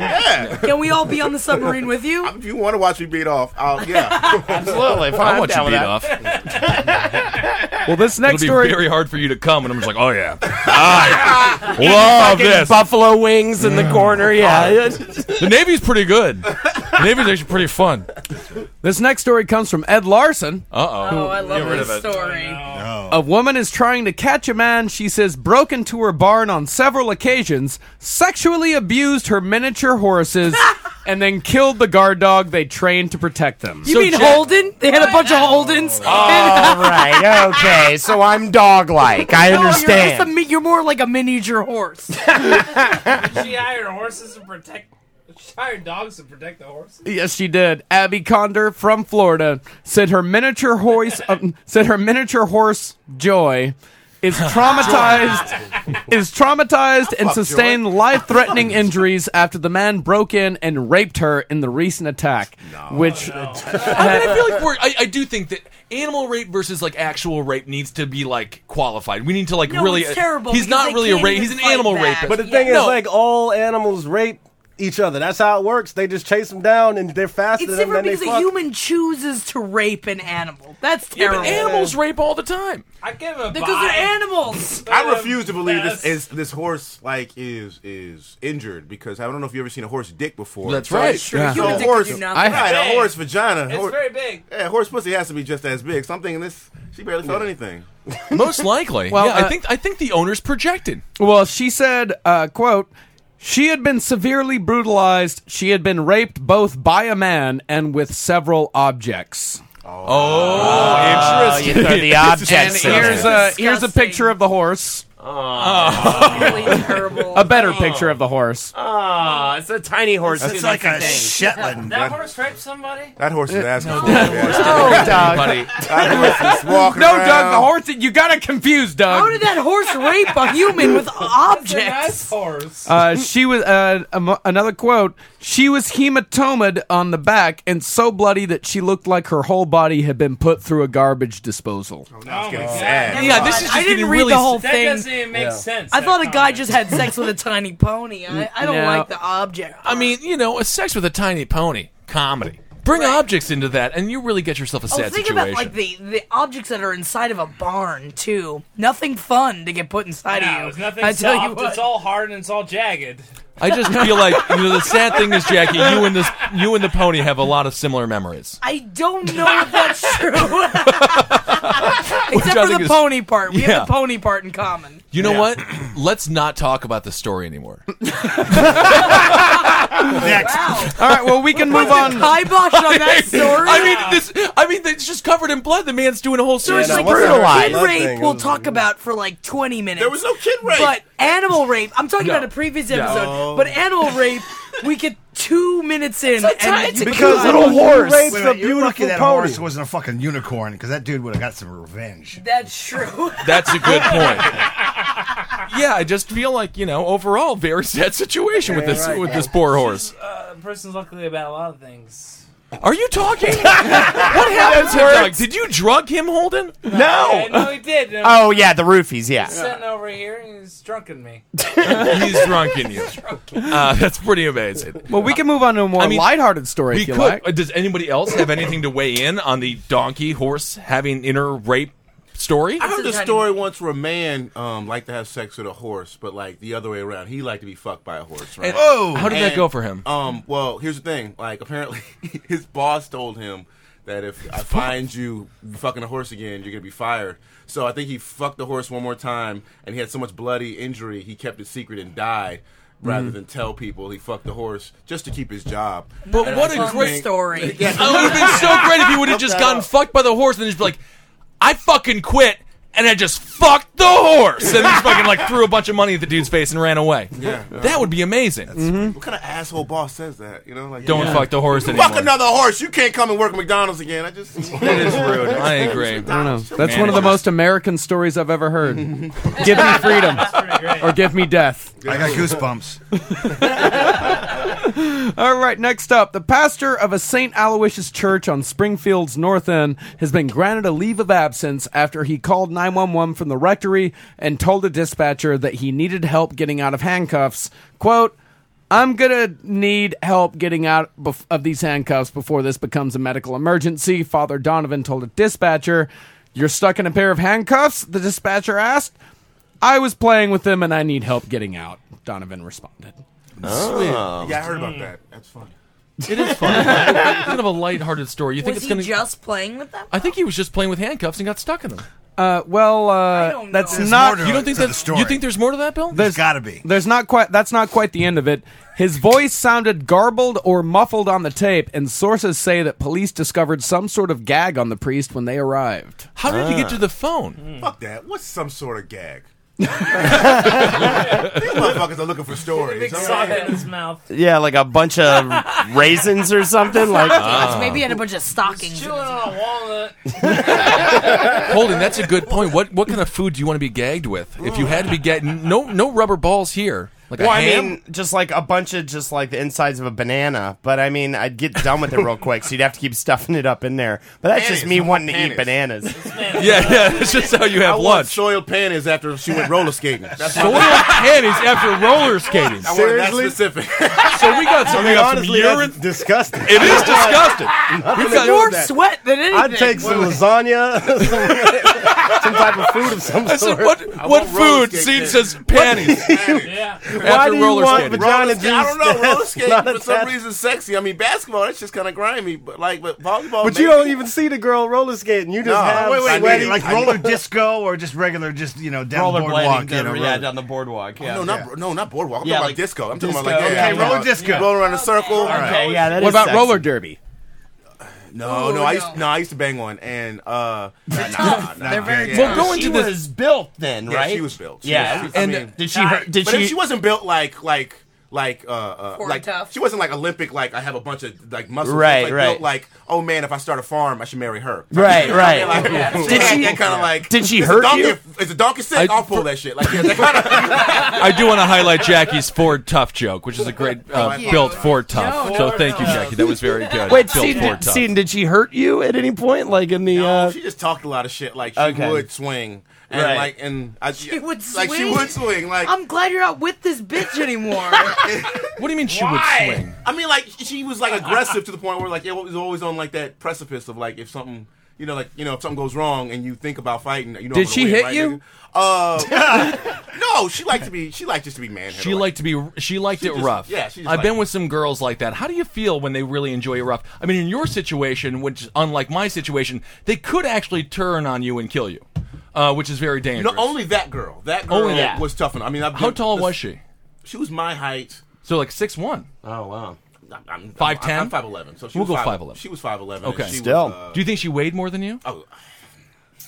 Speaker 4: [LAUGHS] Yeah.
Speaker 9: Can we all be on the submarine with you?
Speaker 4: If you want to watch me beat off, I'll, [LAUGHS] yeah,
Speaker 9: Absolutely.
Speaker 6: Fine, I want I'm you down beat
Speaker 7: Well, this next
Speaker 6: It'll be
Speaker 7: story-
Speaker 6: very hard for you to come, and I'm just like, oh
Speaker 14: [LAUGHS]
Speaker 6: yeah, ah, yeah.
Speaker 14: Eating
Speaker 6: love
Speaker 14: fucking
Speaker 6: this. Mm. Uh,
Speaker 14: Buffalo wings in the corner. Yeah.
Speaker 6: the Navy's pretty good. The Navy's actually pretty fun.
Speaker 7: This next story comes from Ed Larson.
Speaker 6: Uh oh.
Speaker 9: Oh, I love
Speaker 6: Get rid
Speaker 9: this
Speaker 6: of it.
Speaker 9: story.
Speaker 7: A woman is trying to catch a man she says broke into her barn on several occasions, sexually abused her miniature
Speaker 9: [LAUGHS]
Speaker 7: horses, and then killed the guard dog they trained to protect them.
Speaker 9: You mean Holden? They had a bunch of Holdens.
Speaker 7: All
Speaker 9: right,
Speaker 7: okay, so I'm dog like.
Speaker 9: No, You're,
Speaker 11: [LAUGHS]
Speaker 9: just a mi- you're more like a miniature horse.
Speaker 11: Did she hire horses to protect She hired dogs to protect the horse.
Speaker 7: Yes, she did. Abby Conder from Florida said her miniature horse um, said her miniature horse Joy
Speaker 11: [LAUGHS]
Speaker 7: is traumatized is traumatized and
Speaker 15: Fuck, Joy.
Speaker 7: sustained life-threatening injuries after the man broke in and raped her in the recent attack, which
Speaker 6: I mean, I feel like we're. I, I do think that animal rape versus like actual rape needs to be like qualified. We need to like
Speaker 5: No,
Speaker 6: really.
Speaker 5: it's terrible
Speaker 6: He's
Speaker 5: because
Speaker 6: not
Speaker 5: they
Speaker 6: really a
Speaker 5: can't
Speaker 6: rape.
Speaker 5: even
Speaker 6: He's an
Speaker 5: fight
Speaker 6: animal
Speaker 5: back.
Speaker 6: rapist.
Speaker 5: But the thing
Speaker 6: No,
Speaker 5: is, like all animals rape each other. That's how it works. They just chase them down, and they're faster
Speaker 9: It's
Speaker 5: than them.
Speaker 9: different
Speaker 5: Then they
Speaker 9: because
Speaker 5: fuck.
Speaker 9: a human chooses to rape an animal. That's
Speaker 6: Yeah,
Speaker 9: terrible.
Speaker 6: but animals rape all the time.
Speaker 11: I give a
Speaker 9: because they're animals.
Speaker 4: I refuse to believe this
Speaker 9: Yes.
Speaker 4: is this horse like is is injured because I don't know if you've ever seen a horse dick before.
Speaker 6: That's right.
Speaker 4: it's-
Speaker 6: Sure, Yeah.
Speaker 4: So
Speaker 6: human
Speaker 4: a
Speaker 6: dick
Speaker 4: horse,
Speaker 6: can do
Speaker 4: I
Speaker 6: nothing.
Speaker 4: had a
Speaker 6: Big.
Speaker 4: horse vagina.
Speaker 6: It's
Speaker 4: Hor-
Speaker 6: very big.
Speaker 4: Yeah, horse pussy has to be just as big. So I'm thinking this. She barely felt anything.
Speaker 6: Most likely.
Speaker 7: Well,
Speaker 6: well,
Speaker 7: uh,
Speaker 6: I think I think the owner's projected.
Speaker 7: Well, she said, uh, quote, she had been severely brutalized. She had been raped both by a man and with several objects. Oh,
Speaker 4: Uh,
Speaker 6: interesting. you throw the objects
Speaker 7: And
Speaker 6: in
Speaker 7: here's
Speaker 6: there.
Speaker 7: a here's a picture of the horse.
Speaker 6: [LAUGHS]
Speaker 7: a
Speaker 6: Oh.
Speaker 7: better picture of the horse.
Speaker 2: Ah, it's a tiny horse.
Speaker 7: That's
Speaker 2: too,
Speaker 7: like
Speaker 2: that's
Speaker 7: a
Speaker 2: the thing.
Speaker 7: Shetland.
Speaker 11: That horse raped somebody?
Speaker 4: That horse
Speaker 6: Uh,
Speaker 4: is asking.
Speaker 7: No,
Speaker 4: for it, man. That horse is [LAUGHS] walking
Speaker 7: No,
Speaker 4: around.
Speaker 7: Doug, the horse. You got it confused, Doug.
Speaker 9: How did that horse rape a human with objects?
Speaker 11: horse.
Speaker 7: Uh, she was uh, am- another quote. She was hematomed on the back and so bloody that she looked like her whole body had been put through a garbage disposal.
Speaker 6: Oh,
Speaker 4: sad.
Speaker 7: Yeah, this is just
Speaker 9: I
Speaker 7: getting
Speaker 9: didn't read
Speaker 7: really
Speaker 9: the whole
Speaker 7: s- That
Speaker 9: thing.
Speaker 7: doesn't even make Yeah. sense,
Speaker 9: I thought a guy just had sex with a tiny pony. I, I don't
Speaker 6: No.
Speaker 9: like the object.
Speaker 6: I mean, you know, a sex with a tiny pony comedy. Bring objects into that, and you really get yourself a
Speaker 9: oh,
Speaker 6: sad
Speaker 9: think
Speaker 6: situation.
Speaker 9: about like the, the objects that are inside of a barn too. Nothing fun to get put inside
Speaker 11: No,
Speaker 9: of
Speaker 11: it's
Speaker 9: you.
Speaker 11: nothing
Speaker 9: I tell you
Speaker 11: soft.
Speaker 9: what.
Speaker 11: It's all hard and it's all jagged.
Speaker 6: I just feel like you know the sad thing is, Jackie, you and this, you and the pony have a lot of similar memories.
Speaker 9: I don't know if [LAUGHS] that's true.
Speaker 6: Which
Speaker 9: Except
Speaker 6: I
Speaker 9: for
Speaker 6: think
Speaker 9: the
Speaker 6: is-
Speaker 9: pony part. We
Speaker 6: Yeah.
Speaker 9: have the pony part in common.
Speaker 6: You know what? Let's not talk about the story anymore.
Speaker 9: Next.
Speaker 7: All right, well we
Speaker 6: [LAUGHS]
Speaker 7: can
Speaker 9: Put
Speaker 7: move
Speaker 9: the
Speaker 7: on.
Speaker 9: kibosh on [LAUGHS] that story.
Speaker 6: I mean, this. I mean, it's just covered in blood. The man's doing a whole series
Speaker 9: Seriously,
Speaker 6: like
Speaker 9: kid rape we'll talk about for like 20 minutes. There was no kid rape. But animal rape, I'm talking
Speaker 6: No.
Speaker 9: about a previous
Speaker 6: No.
Speaker 9: episode, but animal rape, we get two minutes in and you-
Speaker 10: Wait, wait, you're lucky
Speaker 9: pony.
Speaker 10: that horse wasn't a fucking unicorn because that dude would have got some revenge.
Speaker 9: That's true.
Speaker 6: That's a good point. [LAUGHS] Yeah, I just feel like you know, overall, very sad situation with this with this poor horse.
Speaker 11: Uh, the person's luckily about a lot of things.
Speaker 6: Are you talking? [LAUGHS] what happened to Doug? Did you drug him, Holden?
Speaker 11: No. Yeah, no, he did.
Speaker 3: Oh yeah, the roofies. Yeah.
Speaker 11: He's sitting over here and he's drunken me.
Speaker 6: [LAUGHS] [LAUGHS] He's drunken you. Uh, that's pretty amazing.
Speaker 7: Well, we can move on to a more
Speaker 6: I mean,
Speaker 7: lighthearted story
Speaker 6: we
Speaker 7: if you
Speaker 6: could.
Speaker 7: like.
Speaker 6: Uh, Does anybody else have anything to weigh in on the donkey horse having inner rape story?
Speaker 4: I heard the story once where a man um, liked to have sex with a horse, but like the other way around, he liked to be fucked by a horse. Right?
Speaker 6: And- Whoa! How did that go for him?
Speaker 4: Um, well, here's the thing. Like, apparently, [LAUGHS] his boss told him that if I find you fucking a horse again, you're gonna be fired. So I think he fucked the horse one more time, and he had so much bloody injury, he kept it secret and died. Rather
Speaker 6: Mhm.
Speaker 4: than tell people he fucked the horse just to keep his job.
Speaker 6: But
Speaker 4: And I
Speaker 6: what a
Speaker 4: just
Speaker 6: great
Speaker 4: think-
Speaker 9: story.
Speaker 6: Yeah, it would have been so great if he would have just
Speaker 4: Fuck that
Speaker 6: gotten
Speaker 4: up.
Speaker 6: fucked by the horse and just be like, I fucking quit and I just fucked the horse and just fucking like threw a bunch of money at the dude's face and ran away.
Speaker 4: Yeah.
Speaker 6: That would be amazing.
Speaker 4: What kind of asshole boss says that? You know, like
Speaker 6: Don't
Speaker 4: yeah.
Speaker 6: fuck the horse
Speaker 4: You
Speaker 6: anymore.
Speaker 4: Fuck another horse. You can't come and work at McDonald's again.
Speaker 6: [LAUGHS]
Speaker 4: I just
Speaker 6: It is rude. I agree.
Speaker 7: I don't know. That's one of the most American stories I've ever heard. give me freedom or give me death.
Speaker 10: I got goosebumps.
Speaker 7: All right, next up. The pastor of a St. Aloysius church on Springfield's North End has been granted a leave of absence after he called 911 from the rectory and told the dispatcher that he needed help getting out of handcuffs. Quote, I'm going to need help getting out bef- of these handcuffs before this becomes a medical emergency, Father Donovan told a dispatcher. You're stuck in a pair of handcuffs? The dispatcher asked. I was playing with them and I need help getting out, Donovan responded.
Speaker 4: Oh. Yeah, I heard about that. That's funny.
Speaker 6: It is funny. it's kind of a lighthearted story. You think
Speaker 9: was
Speaker 6: it's
Speaker 9: he
Speaker 6: gonna?
Speaker 9: just playing with them?
Speaker 6: I think he was just playing with handcuffs and got stuck in them.
Speaker 7: Uh, well, uh, that's
Speaker 6: There's
Speaker 7: not.
Speaker 6: more to You don't it think to the that's- story. you think there's more to that, Bill?
Speaker 7: There's
Speaker 10: got to be.
Speaker 7: There's not quite. That's not quite the end of it. His voice sounded garbled or muffled on the tape, and sources say that police discovered some sort of gag on the priest when they arrived.
Speaker 6: Ah. How did he get to the phone?
Speaker 4: Fuck that. What's some sort of gag? These motherfuckers are looking for stories.
Speaker 11: Big
Speaker 4: all
Speaker 11: sock
Speaker 4: right?
Speaker 11: in his mouth.
Speaker 3: Yeah, like a bunch of raisins or something. Like
Speaker 9: Maybe in a bunch of stockings. Chilling
Speaker 11: on a walnut.
Speaker 6: Holden, that's a good point. What what kind of food do you want to be gagged with? If you had to be getting no no rubber balls here, like
Speaker 3: well,
Speaker 6: a
Speaker 3: I
Speaker 6: ham.
Speaker 3: mean, just like a bunch of just like the insides of a banana. But I mean, I'd get done with it real quick, so you'd have to keep stuffing it up in there. But that's just
Speaker 4: Panties,
Speaker 3: me
Speaker 4: I want
Speaker 3: wanting to eat
Speaker 4: panties.
Speaker 3: bananas.
Speaker 6: yeah, yeah. That's just how you
Speaker 4: I
Speaker 6: have
Speaker 4: want
Speaker 6: lunch.
Speaker 4: soiled panties after she went
Speaker 6: [LAUGHS]
Speaker 4: roller skating. That's
Speaker 6: Soiled panties after roller skating.
Speaker 4: I wanted that
Speaker 6: Seriously?
Speaker 4: specific. [LAUGHS]
Speaker 6: So we got some,
Speaker 4: I
Speaker 6: we
Speaker 4: mean,
Speaker 6: got
Speaker 4: honestly,
Speaker 6: some
Speaker 4: that's
Speaker 6: urine.
Speaker 5: disgusting.
Speaker 6: It
Speaker 10: [LAUGHS]
Speaker 6: is disgusting. We've got
Speaker 9: more sweat than anything.
Speaker 5: I'd take some
Speaker 10: [LAUGHS]
Speaker 5: lasagna, some, some type of food of some
Speaker 6: I said,
Speaker 5: sort.
Speaker 6: what what food seems as panties?
Speaker 5: Why do you want vagina juice?
Speaker 4: I don't know. Roller
Speaker 5: That's
Speaker 4: skating
Speaker 5: not
Speaker 4: for some
Speaker 5: attached.
Speaker 4: reason sexy. I mean, basketball that's just kind of grimy, but like, but volleyball.
Speaker 5: But
Speaker 4: maybe.
Speaker 5: you don't even see the girl roller skating. You just
Speaker 4: No.
Speaker 5: have
Speaker 4: Wait, wait,
Speaker 5: sweaty-
Speaker 4: wait,
Speaker 10: like roller disco or just regular, just you know, down the boardwalk. you know, roller-
Speaker 4: the boardwalk.
Speaker 10: yeah.
Speaker 4: Oh, no, not
Speaker 10: Yeah.
Speaker 4: no, not boardwalk. I'm
Speaker 10: Yeah,
Speaker 4: talking
Speaker 10: like
Speaker 4: about disco. I'm talking about
Speaker 10: disco,
Speaker 4: like
Speaker 10: yeah, Okay, yeah. roller
Speaker 4: yeah.
Speaker 10: disco.
Speaker 4: roll around in a circle.
Speaker 10: Okay, yeah, that
Speaker 7: What
Speaker 10: is
Speaker 7: about
Speaker 10: sexy.
Speaker 7: roller derby?
Speaker 4: No,
Speaker 10: Ooh,
Speaker 4: no, I
Speaker 10: no.
Speaker 4: used no, I used to bang one, and uh, nah, nah, nah,
Speaker 10: They're very
Speaker 4: yeah.
Speaker 10: tough. Well, going She to the- was
Speaker 4: built
Speaker 6: [LAUGHS]
Speaker 4: then,
Speaker 10: right?
Speaker 4: she was built. She
Speaker 10: Yeah.
Speaker 4: was-
Speaker 10: And
Speaker 4: I mean,
Speaker 10: did she hurt- did
Speaker 4: but if
Speaker 10: she-
Speaker 4: she wasn't built like like like uh, uh
Speaker 10: Poor
Speaker 4: like
Speaker 10: tough.
Speaker 4: she wasn't like Olympic. Like I have a bunch of like muscles.
Speaker 3: Right,
Speaker 4: She was, like,
Speaker 3: right.
Speaker 4: Built, like oh man, if I start a farm, I should marry her.
Speaker 3: Right,
Speaker 4: You know,
Speaker 3: right.
Speaker 4: [LAUGHS] like,
Speaker 3: Yeah.
Speaker 4: like,
Speaker 3: Did she-
Speaker 4: that kind of like?
Speaker 3: Did she
Speaker 4: is
Speaker 3: hurt
Speaker 4: a donkey,
Speaker 3: you?
Speaker 4: If, is a donkey sick?
Speaker 6: I-
Speaker 4: I, will pull that shit. Like yeah, that kind of
Speaker 6: I do want to highlight Jackie's Ford Tough joke, which is a great uh,
Speaker 4: Thank you.
Speaker 6: built Ford Tough.
Speaker 4: No,
Speaker 6: so
Speaker 4: no,
Speaker 6: thank you,
Speaker 4: no.
Speaker 6: Jackie. That was very good.
Speaker 3: Wait,
Speaker 6: built
Speaker 3: Seton,
Speaker 6: Ford
Speaker 3: did,
Speaker 6: Tough.
Speaker 3: Seton, did she hurt you at any point? Like in the uh,
Speaker 4: Oh, she just talked a lot of shit. Like she
Speaker 3: Okay.
Speaker 4: would swing and
Speaker 3: Right.
Speaker 4: like and I, she
Speaker 9: would
Speaker 4: like she
Speaker 9: swing?
Speaker 4: would swing like.
Speaker 9: I'm glad you're not with this bitch
Speaker 3: [LAUGHS]
Speaker 9: anymore.
Speaker 6: what do you mean she would swing?
Speaker 4: I mean, like she was like aggressive to the point where like it was always on like that precipice of like if something. You know, like you know, if something goes wrong and you think about fighting, you know.
Speaker 6: Did
Speaker 4: I'm gonna
Speaker 6: she
Speaker 4: win,
Speaker 6: hit
Speaker 4: right,
Speaker 6: you? [LAUGHS]
Speaker 4: nigga? Uh, no, she liked to be. She liked just to be manhandled.
Speaker 6: She liked to be. She liked
Speaker 4: She
Speaker 6: it
Speaker 4: just-
Speaker 6: rough.
Speaker 4: yeah, she just
Speaker 6: I've
Speaker 4: liked
Speaker 6: been
Speaker 4: it.
Speaker 6: with some girls like that. How do you feel when they really enjoy it rough? I mean, in your situation, which is unlike my situation, they could actually turn on you and kill you, uh, which is very dangerous.
Speaker 4: No, only that girl. That girl
Speaker 6: Only that.
Speaker 4: was tough. And I mean, I've
Speaker 6: How
Speaker 4: been-
Speaker 6: tall
Speaker 4: this-
Speaker 6: was she?
Speaker 4: She was my height.
Speaker 6: So like six one.
Speaker 4: Oh wow. I'm- I'm
Speaker 6: 5'10"?
Speaker 4: I'm five eleven. So she
Speaker 6: We'll
Speaker 4: was
Speaker 6: go
Speaker 4: 5'11.
Speaker 6: 5'11.
Speaker 4: She was five eleven.
Speaker 6: Okay.
Speaker 4: She Was, uh,
Speaker 6: do you think she weighed more than you?
Speaker 4: Oh.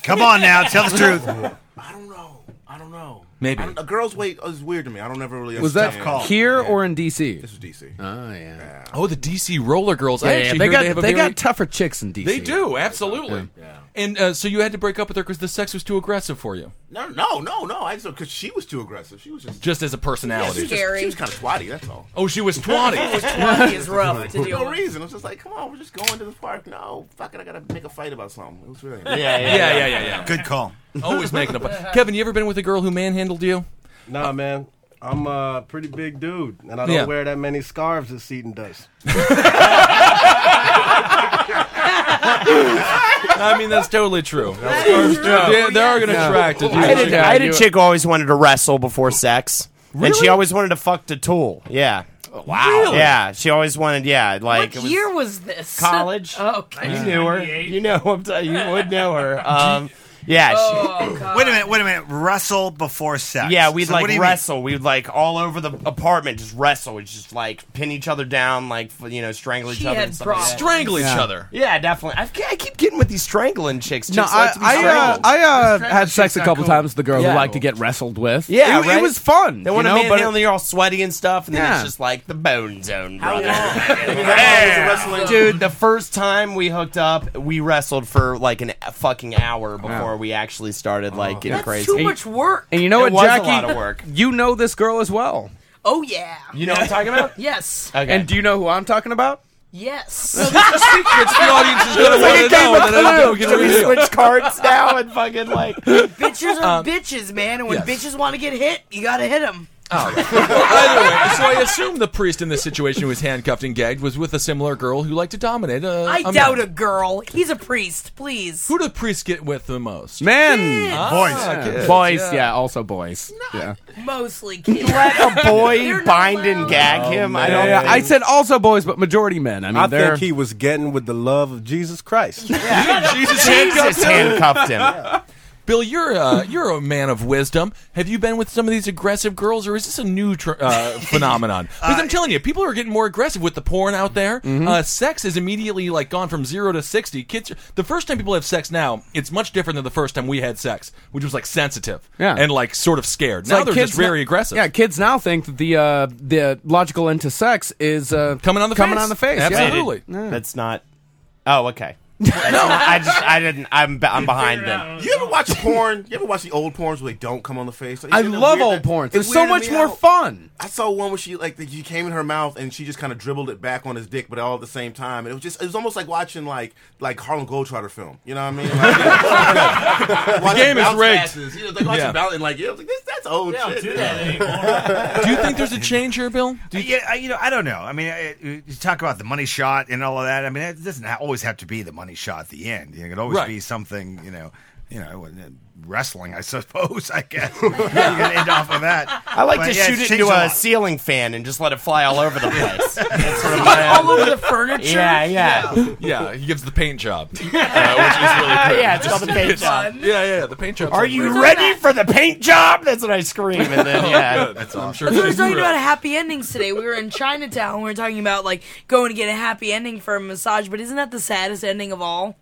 Speaker 10: Come on now, tell the truth.
Speaker 4: I don't know. I don't know.
Speaker 6: Maybe.
Speaker 4: I don't- a girl's weight is weird to me. I don't ever really.
Speaker 6: Was that
Speaker 4: understand.
Speaker 7: here or in DC? This
Speaker 4: was DC.
Speaker 7: Oh yeah.
Speaker 6: Oh, the DC roller girls. I
Speaker 7: Yeah, yeah,
Speaker 6: actually
Speaker 7: they
Speaker 6: hear
Speaker 7: got
Speaker 6: they have a very-
Speaker 7: got tougher chicks in DC.
Speaker 6: They do absolutely. And uh, so you had to break up with her because the sex was too aggressive for you,
Speaker 4: No, no, no, no. I just because she was too aggressive. She was just.
Speaker 6: just as a
Speaker 4: Yeah,
Speaker 6: personality.
Speaker 4: she was, just- she was kind of twatty. That's all.
Speaker 6: Oh, she was twenty.
Speaker 4: [LAUGHS] She was
Speaker 9: twatty is rough to
Speaker 4: For
Speaker 9: deal
Speaker 4: no
Speaker 9: with.
Speaker 4: reason. I was just like, come on, we're just going to the park. No, fuck it. I gotta make a fight about something. It was really.
Speaker 6: yeah, yeah, yeah, yeah.
Speaker 10: Good call.
Speaker 6: Always making up. Kevin, you ever been with a girl who manhandled you?
Speaker 5: Nah, man. I'm a pretty big dude, and I don't
Speaker 6: Yeah.
Speaker 5: wear that many scarves as Seton does.
Speaker 6: I mean, that's totally true. They, they are going to try to do
Speaker 3: I had,
Speaker 6: that.
Speaker 3: a, I had a chick who always wanted to wrestle before sex, and she always wanted to fuck the tool. Yeah.
Speaker 4: Oh,
Speaker 3: Wow.
Speaker 9: Really?
Speaker 3: Yeah, she always wanted. Yeah, like
Speaker 9: What year was this?
Speaker 3: College.
Speaker 9: Oh, okay.
Speaker 3: You knew her. You know. I'm t- you would know
Speaker 4: [LAUGHS]
Speaker 3: her. Um, yeah. She,
Speaker 10: wait a minute, wait a minute. Wrestle before sex.
Speaker 3: Yeah, we'd
Speaker 10: So what
Speaker 3: like
Speaker 10: do you mean?
Speaker 3: wrestle. We'd like all over the apartment just wrestle. We'd just like pin each other down, like f- you know, strangle each
Speaker 9: She
Speaker 3: other.
Speaker 9: had
Speaker 3: and stuff like that.
Speaker 6: Strangle each
Speaker 3: Yeah.
Speaker 6: other.
Speaker 3: Yeah, definitely. I've, I keep getting with these strangling chicks. chicks
Speaker 7: No, I
Speaker 3: like to be
Speaker 7: I, uh,
Speaker 3: strangled.
Speaker 7: I uh, had sex a
Speaker 3: not
Speaker 7: couple
Speaker 3: cool.
Speaker 7: times. with The girl
Speaker 3: Yeah.
Speaker 7: who liked to get wrestled with.
Speaker 3: yeah,
Speaker 7: it, it
Speaker 3: right?
Speaker 7: was fun.
Speaker 3: They
Speaker 7: you
Speaker 3: want to
Speaker 7: know, but
Speaker 3: manhandle. and You're all sweaty and stuff, and then
Speaker 7: Yeah.
Speaker 3: it's just like the bone zone,
Speaker 9: How
Speaker 3: brother.
Speaker 9: long?
Speaker 3: Yeah. Dude, the first time we hooked up, we wrestled for like an a fucking hour before we actually
Speaker 7: Oh.
Speaker 3: started like getting
Speaker 9: That's
Speaker 3: crazy.
Speaker 9: too much work.
Speaker 7: And you know what,
Speaker 3: It was a
Speaker 7: Jackie?
Speaker 3: lot of work.
Speaker 7: You know this girl as well.
Speaker 9: Oh yeah.
Speaker 3: You know what I'm talking about?
Speaker 9: [LAUGHS]
Speaker 3: Uh,
Speaker 9: Yes.
Speaker 7: And do you know who I'm talking about?
Speaker 3: [LAUGHS]
Speaker 9: Yes.
Speaker 6: the audience is going to want to know. and then it'll get
Speaker 3: Should we
Speaker 6: revealed.
Speaker 3: switch cards now and fucking like?
Speaker 9: bitches are
Speaker 6: Um,
Speaker 9: bitches, man. And when
Speaker 6: yes.
Speaker 9: bitches want to get hit, you gotta hit them.
Speaker 6: Oh. Either way, so I assume the priest in this situation who was handcuffed and gagged was with a similar girl who liked to dominate. Uh,
Speaker 9: I
Speaker 6: a
Speaker 9: doubt
Speaker 6: man.
Speaker 9: a girl. He's a priest. Please.
Speaker 6: Who do priests get with the most?
Speaker 7: Men,
Speaker 9: Kids.
Speaker 6: Boys.
Speaker 7: yeah.
Speaker 6: Kids,
Speaker 7: boys,
Speaker 6: yeah.
Speaker 7: yeah. also boys. Yeah,
Speaker 9: Mostly kids.
Speaker 3: Let a boy bind and gag him. I don't.
Speaker 7: Yeah, I said also boys, but majority men. I mean,
Speaker 5: I
Speaker 7: they're
Speaker 5: think he
Speaker 3: [LAUGHS]
Speaker 5: was getting with the love of Jesus Christ.
Speaker 6: Jesus
Speaker 3: Jesus handcuffed him.
Speaker 6: Bill, you're uh, you're a man of wisdom. Have you been with some of these aggressive girls, or is this a new tr-
Speaker 7: [LAUGHS]
Speaker 6: uh, phenomenon? Because
Speaker 7: Uh,
Speaker 6: I'm telling you, people are getting more aggressive with the porn out there.
Speaker 7: Mm-hmm.
Speaker 6: Uh, sex is immediately like gone from zero to sixty. Kids, are- the first time people have sex now, it's much different than the first time we had sex, which was like sensitive,
Speaker 7: Yeah.
Speaker 6: and like sort of scared.
Speaker 7: It's
Speaker 6: now
Speaker 7: like
Speaker 6: they're just
Speaker 7: kids
Speaker 6: very
Speaker 7: now-
Speaker 6: aggressive.
Speaker 7: Yeah, kids now think that the uh, the logical end to sex is uh,
Speaker 6: coming on the
Speaker 7: coming
Speaker 6: face.
Speaker 7: on the face.
Speaker 3: Absolutely.
Speaker 7: Yeah. Mm-hmm.
Speaker 3: That's not. Oh, okay. no, I just I didn't. I'm be- I'm behind them.
Speaker 4: You ever watch porn? You ever watch the old porns where they don't come on the face? Like,
Speaker 3: I
Speaker 4: isn't it
Speaker 3: love
Speaker 4: weird
Speaker 3: old
Speaker 4: that-
Speaker 3: porns.
Speaker 4: it
Speaker 3: They're so
Speaker 4: weirded
Speaker 3: much
Speaker 4: me
Speaker 3: more
Speaker 4: out.
Speaker 7: fun.
Speaker 4: I saw one where she like the, he came in her mouth and she just kind of dribbled it back on his dick, but all at the same time. And it was just it was almost like watching like like Harlem Globetrotter film. You know what I
Speaker 3: [LAUGHS]
Speaker 4: mean? Like,
Speaker 6: The game is
Speaker 4: bounce
Speaker 6: rigged.
Speaker 4: passes, You know, like watching
Speaker 6: Yeah.
Speaker 4: bounce- and like, yeah, I was like, this, that's old shit.
Speaker 6: do you think there's a change here, Bill?
Speaker 10: yeah, I, you know, I don't know. I mean, I, you talk about the money shot and all of that. I mean, it doesn't ha- always have to be the money shot at the end. It could always
Speaker 16: Right.
Speaker 10: be something, you know, you know, uh, wrestling. I [LAUGHS] suppose. I guess you can end off of that.
Speaker 3: I like
Speaker 10: But,
Speaker 3: to
Speaker 10: yeah,
Speaker 3: shoot
Speaker 10: it's
Speaker 3: it
Speaker 10: changed
Speaker 3: into a,
Speaker 10: a lot.
Speaker 3: ceiling fan and just let it fly all over the
Speaker 10: [LAUGHS]
Speaker 3: place. That's sort of my-
Speaker 6: [LAUGHS] All
Speaker 9: over the furniture?
Speaker 3: Yeah, yeah.
Speaker 6: yeah. He gives the
Speaker 3: [LAUGHS]
Speaker 6: paint job, uh, which is really good.
Speaker 3: Yeah, it's called the paint job.
Speaker 6: Yeah, yeah, yeah, the paint job.
Speaker 3: Are you ready for the paint job? That's what I scream, and then yeah,
Speaker 4: [LAUGHS]
Speaker 6: Good. That's awesome.
Speaker 9: We were talking about happy endings today. We were in Chinatown. We were talking about like going to get a happy ending for a massage, but isn't that the saddest ending of all?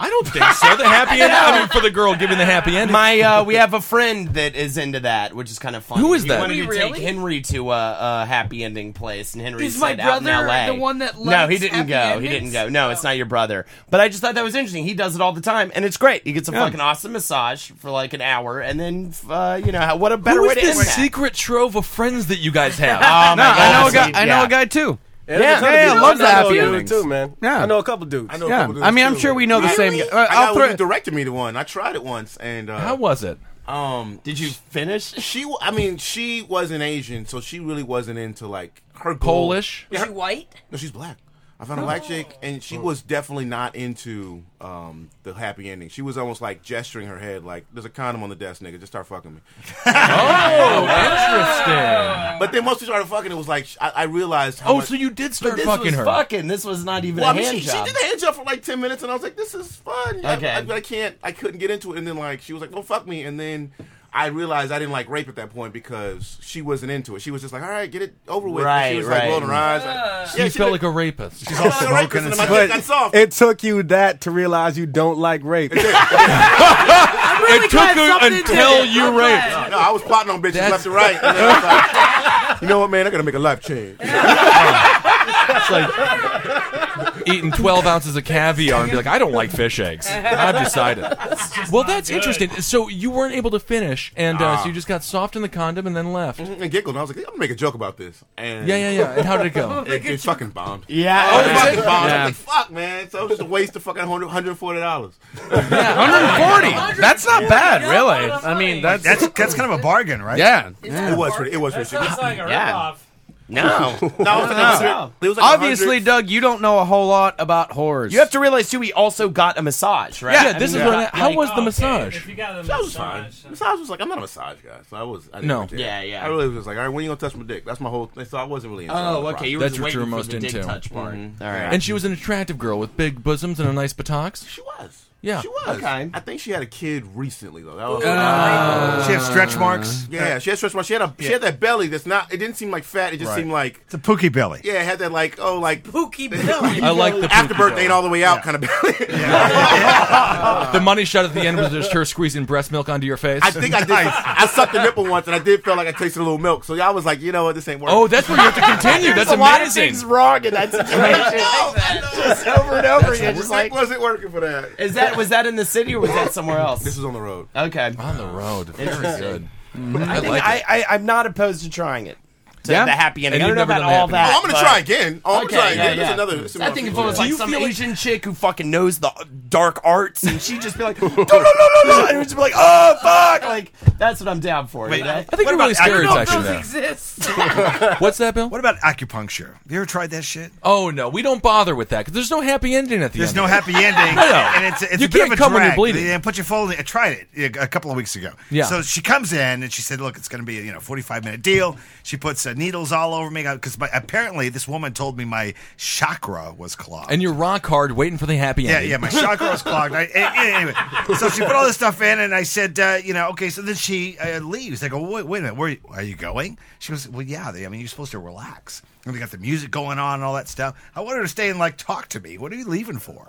Speaker 6: I don't think so. The happy ending. I mean, for the girl giving the happy ending.
Speaker 3: My uh, we have a friend that is into that, which is kind of fun.
Speaker 6: Who is
Speaker 3: He
Speaker 6: that?
Speaker 3: wanted to
Speaker 6: Wait,
Speaker 3: take Henry to a, a happy ending place, and Henry
Speaker 9: Is
Speaker 3: said
Speaker 9: my
Speaker 3: out in
Speaker 9: brother
Speaker 3: L.A.
Speaker 9: the one that
Speaker 3: no, he
Speaker 9: likes
Speaker 3: didn't
Speaker 9: happy
Speaker 3: go. He didn't
Speaker 9: endings? Oh.
Speaker 3: go. No, it's not your brother. But I just thought that was interesting. He does it all the time, and it's great. He gets a
Speaker 6: Yeah.
Speaker 3: fucking awesome massage for like an hour, and then uh, you know how- what a better
Speaker 6: Who
Speaker 3: way
Speaker 6: is
Speaker 3: to
Speaker 6: this
Speaker 3: end that.
Speaker 6: secret trove of friends that you guys have?
Speaker 3: [LAUGHS] Oh, my No, I know a God. guy- I know Yeah. a
Speaker 7: guy too.
Speaker 6: Yeah,
Speaker 5: there's a ton of
Speaker 7: yeah, I
Speaker 5: dudes.
Speaker 7: love the
Speaker 5: I know
Speaker 7: happy
Speaker 5: a dude
Speaker 7: endings.
Speaker 5: too, man.
Speaker 7: Yeah.
Speaker 5: I know a couple dudes.
Speaker 4: I know a
Speaker 7: Yeah.
Speaker 4: couple dudes
Speaker 7: I mean, I'm
Speaker 4: too.
Speaker 7: sure we know the same guy.
Speaker 4: Really?
Speaker 7: Uh,
Speaker 4: I
Speaker 7: I'll
Speaker 4: know
Speaker 7: throw
Speaker 4: you
Speaker 7: it-
Speaker 4: directed me to one. I tried it once, and uh,
Speaker 6: How was it?
Speaker 4: Um,
Speaker 3: did you finish?
Speaker 4: She, w- I mean, she was an Asian, so she really wasn't into like her goal-
Speaker 6: Polish?
Speaker 4: Yeah,
Speaker 9: Is
Speaker 4: her-
Speaker 9: she white?
Speaker 4: No, she's black. I found a black chick, and she was definitely not into um, the happy ending. She was almost like gesturing her head, like "There's a condom on the desk, nigga. Just start fucking me."
Speaker 3: Oh,
Speaker 6: interesting.
Speaker 4: But then once we started fucking, it was like sh- I, I realized. How
Speaker 6: Oh,
Speaker 4: much-
Speaker 6: so you did
Speaker 4: But
Speaker 6: start
Speaker 4: this
Speaker 6: fucking
Speaker 4: was
Speaker 6: her.
Speaker 3: Fucking, this was not even
Speaker 4: Well,
Speaker 3: a
Speaker 4: I mean,
Speaker 3: hand
Speaker 4: she, she
Speaker 3: job.
Speaker 4: did a hand job for like ten minutes, and I was like, "This is fun." I-
Speaker 3: Okay.
Speaker 4: I, but I can't. I couldn't get into it, and then like she was like, "Well, fuck me," and then I realized I didn't like rape at that point because she wasn't into it. She was just like, "All right, get it over with." And
Speaker 3: Right,
Speaker 4: she was
Speaker 3: right.
Speaker 4: like rolling her eyes.
Speaker 6: She felt like a
Speaker 4: [LAUGHS]
Speaker 6: rapist.
Speaker 4: She's all smoking and my dick got soft.
Speaker 5: It took you that to realize you don't like rape.
Speaker 6: it took her until you raped.
Speaker 4: No, no, I was plotting on bitches left and right. And then I was like, you know what, man? I gotta make a life change.
Speaker 6: It's like eating 12 ounces of caviar and be like, I don't like fish eggs. I've
Speaker 3: [LAUGHS]
Speaker 6: decided. Well, that's interesting. So you weren't able to finish, and uh,
Speaker 4: Ah.
Speaker 6: so you just got soft in the condom and then left.
Speaker 3: Mm-hmm.
Speaker 4: And giggled. And I was like, I'm gonna make a joke about this. And
Speaker 6: Yeah, yeah, yeah. And how did
Speaker 3: [LAUGHS]
Speaker 6: it go?
Speaker 4: It, it fucking bombed.
Speaker 3: Yeah.
Speaker 4: Oh, it fucking bombed.
Speaker 6: Yeah.
Speaker 4: I was like, fuck, man. So it was just a waste of fucking 100 $140.
Speaker 7: 140. That's not bad, really. I mean, that's
Speaker 10: that's [LAUGHS] that's kind of a bargain, right?
Speaker 7: Yeah.
Speaker 4: It was pretty. It was pretty.
Speaker 11: Sounds like a
Speaker 3: Yeah.
Speaker 11: ripoff.
Speaker 3: [LAUGHS] No.
Speaker 4: no, it was like a hundred- it was like a
Speaker 7: Obviously, Doug, you don't know a whole lot about whores.
Speaker 3: You have to realize too. We also got a massage, right?
Speaker 7: Yeah,
Speaker 3: I
Speaker 7: this
Speaker 3: mean,
Speaker 7: is
Speaker 3: we
Speaker 7: what I-
Speaker 3: got,
Speaker 7: how
Speaker 3: like-
Speaker 7: was the massage?
Speaker 11: If you got a
Speaker 4: That was
Speaker 11: massage,
Speaker 4: fine. Massage was like, I'm not a massage guy, so I was. I didn't
Speaker 6: No.
Speaker 4: really care.
Speaker 3: Yeah, yeah.
Speaker 4: I really was just like, all right, when you gonna touch my dick? That's my whole thing. So I wasn't really. into
Speaker 3: Oh,
Speaker 4: the
Speaker 3: okay,
Speaker 4: process.
Speaker 3: you were
Speaker 6: That's
Speaker 3: just
Speaker 6: what
Speaker 3: waiting
Speaker 6: you're
Speaker 3: for
Speaker 6: most
Speaker 3: the dick
Speaker 6: into.
Speaker 3: touch part.
Speaker 5: Mm-hmm.
Speaker 3: All right.
Speaker 6: And she was an attractive girl with big bosoms and a nice buttocks.
Speaker 4: She was.
Speaker 6: Yeah.
Speaker 4: She was.
Speaker 3: Okay.
Speaker 4: I think she had a kid recently though. That was,
Speaker 10: Uh, She had stretch marks.
Speaker 4: yeah, she had stretch marks. She had a she had that belly that's not. It didn't seem like fat. It just
Speaker 10: Right.
Speaker 4: seemed like
Speaker 10: It's a pookie belly.
Speaker 4: yeah, it had that like oh like
Speaker 9: Pookie
Speaker 4: [LAUGHS]
Speaker 9: Billy.
Speaker 6: I like the
Speaker 4: after
Speaker 6: pookie
Speaker 4: birth
Speaker 6: belly.
Speaker 4: ain't all the way out kind of belly.
Speaker 6: The money shot at the end was just her squeezing breast milk onto your face.
Speaker 4: [LAUGHS] I think I did. I sucked the nipple once and I did feel like I tasted a little milk. So I was like, you know what, this ain't working.
Speaker 6: Oh, that's where you have to continue. That's
Speaker 3: There's a lot of
Speaker 6: amazing.
Speaker 3: things wrong in that
Speaker 4: [LAUGHS]
Speaker 3: [LAUGHS]
Speaker 4: Oh,
Speaker 3: situation. just over and over again. Just like,
Speaker 4: wasn't working for that.
Speaker 3: is that was that in the city or was that somewhere else?
Speaker 4: This was on the road.
Speaker 3: okay.
Speaker 6: On the road. Very
Speaker 3: Interesting.
Speaker 6: good.
Speaker 3: I, think
Speaker 6: like
Speaker 3: I, I I'm not opposed to trying it. To
Speaker 7: Yeah?
Speaker 3: the happy ending.
Speaker 6: And
Speaker 3: I don't
Speaker 6: you've
Speaker 3: know
Speaker 6: never
Speaker 3: about
Speaker 6: done the
Speaker 3: all
Speaker 6: happy
Speaker 3: that.
Speaker 4: ending. Oh, I'm gonna
Speaker 3: but-
Speaker 4: try again. Oh, I'm gonna
Speaker 3: Okay,
Speaker 4: try again.
Speaker 3: yeah,
Speaker 4: There's
Speaker 3: yeah.
Speaker 4: another- some
Speaker 3: I think if it
Speaker 4: more
Speaker 3: was
Speaker 4: people.
Speaker 3: like
Speaker 4: Do you
Speaker 3: some
Speaker 4: feel like-
Speaker 3: Asian chick who fucking knows the dark arts, and she'd just be
Speaker 4: [LAUGHS]
Speaker 3: like, no, no, no, no, no, and it would just be like, oh fuck, like that's what I'm down for. you know?
Speaker 6: I think you're
Speaker 10: about
Speaker 6: really stereotyping that.
Speaker 9: Exist.
Speaker 6: [LAUGHS] What's that, Bill?
Speaker 10: What about acupuncture? Have you ever tried that shit?
Speaker 6: Oh no, we don't bother with that because there's no happy ending at the
Speaker 10: There's
Speaker 6: end. [LAUGHS]
Speaker 10: no happy ending, and it's it's
Speaker 6: You
Speaker 10: a bit
Speaker 6: can't
Speaker 10: of a
Speaker 6: come when
Speaker 10: drag.
Speaker 6: you're bleeding.
Speaker 10: And put your full. I tried it a couple of weeks ago.
Speaker 6: Yeah.
Speaker 10: So she comes in and she said, "Look, it's going to be a, you know 45 minute deal." She puts a uh, needles all over me because apparently this woman told me my chakra was clogged.
Speaker 6: And you're rock hard waiting for the happy
Speaker 10: Yeah,
Speaker 6: ending.
Speaker 10: yeah, my chakra was clogged. I, a- anyway, so she put all this stuff in, and I said, uh, you know, okay. So then she uh, leaves. I go, wait, wait a minute, where are you, are you going? She goes, well, yeah. They, I mean, you're supposed to relax. And we got the music going on and all that stuff. I wanted her to stay and like talk to me. What are you leaving for?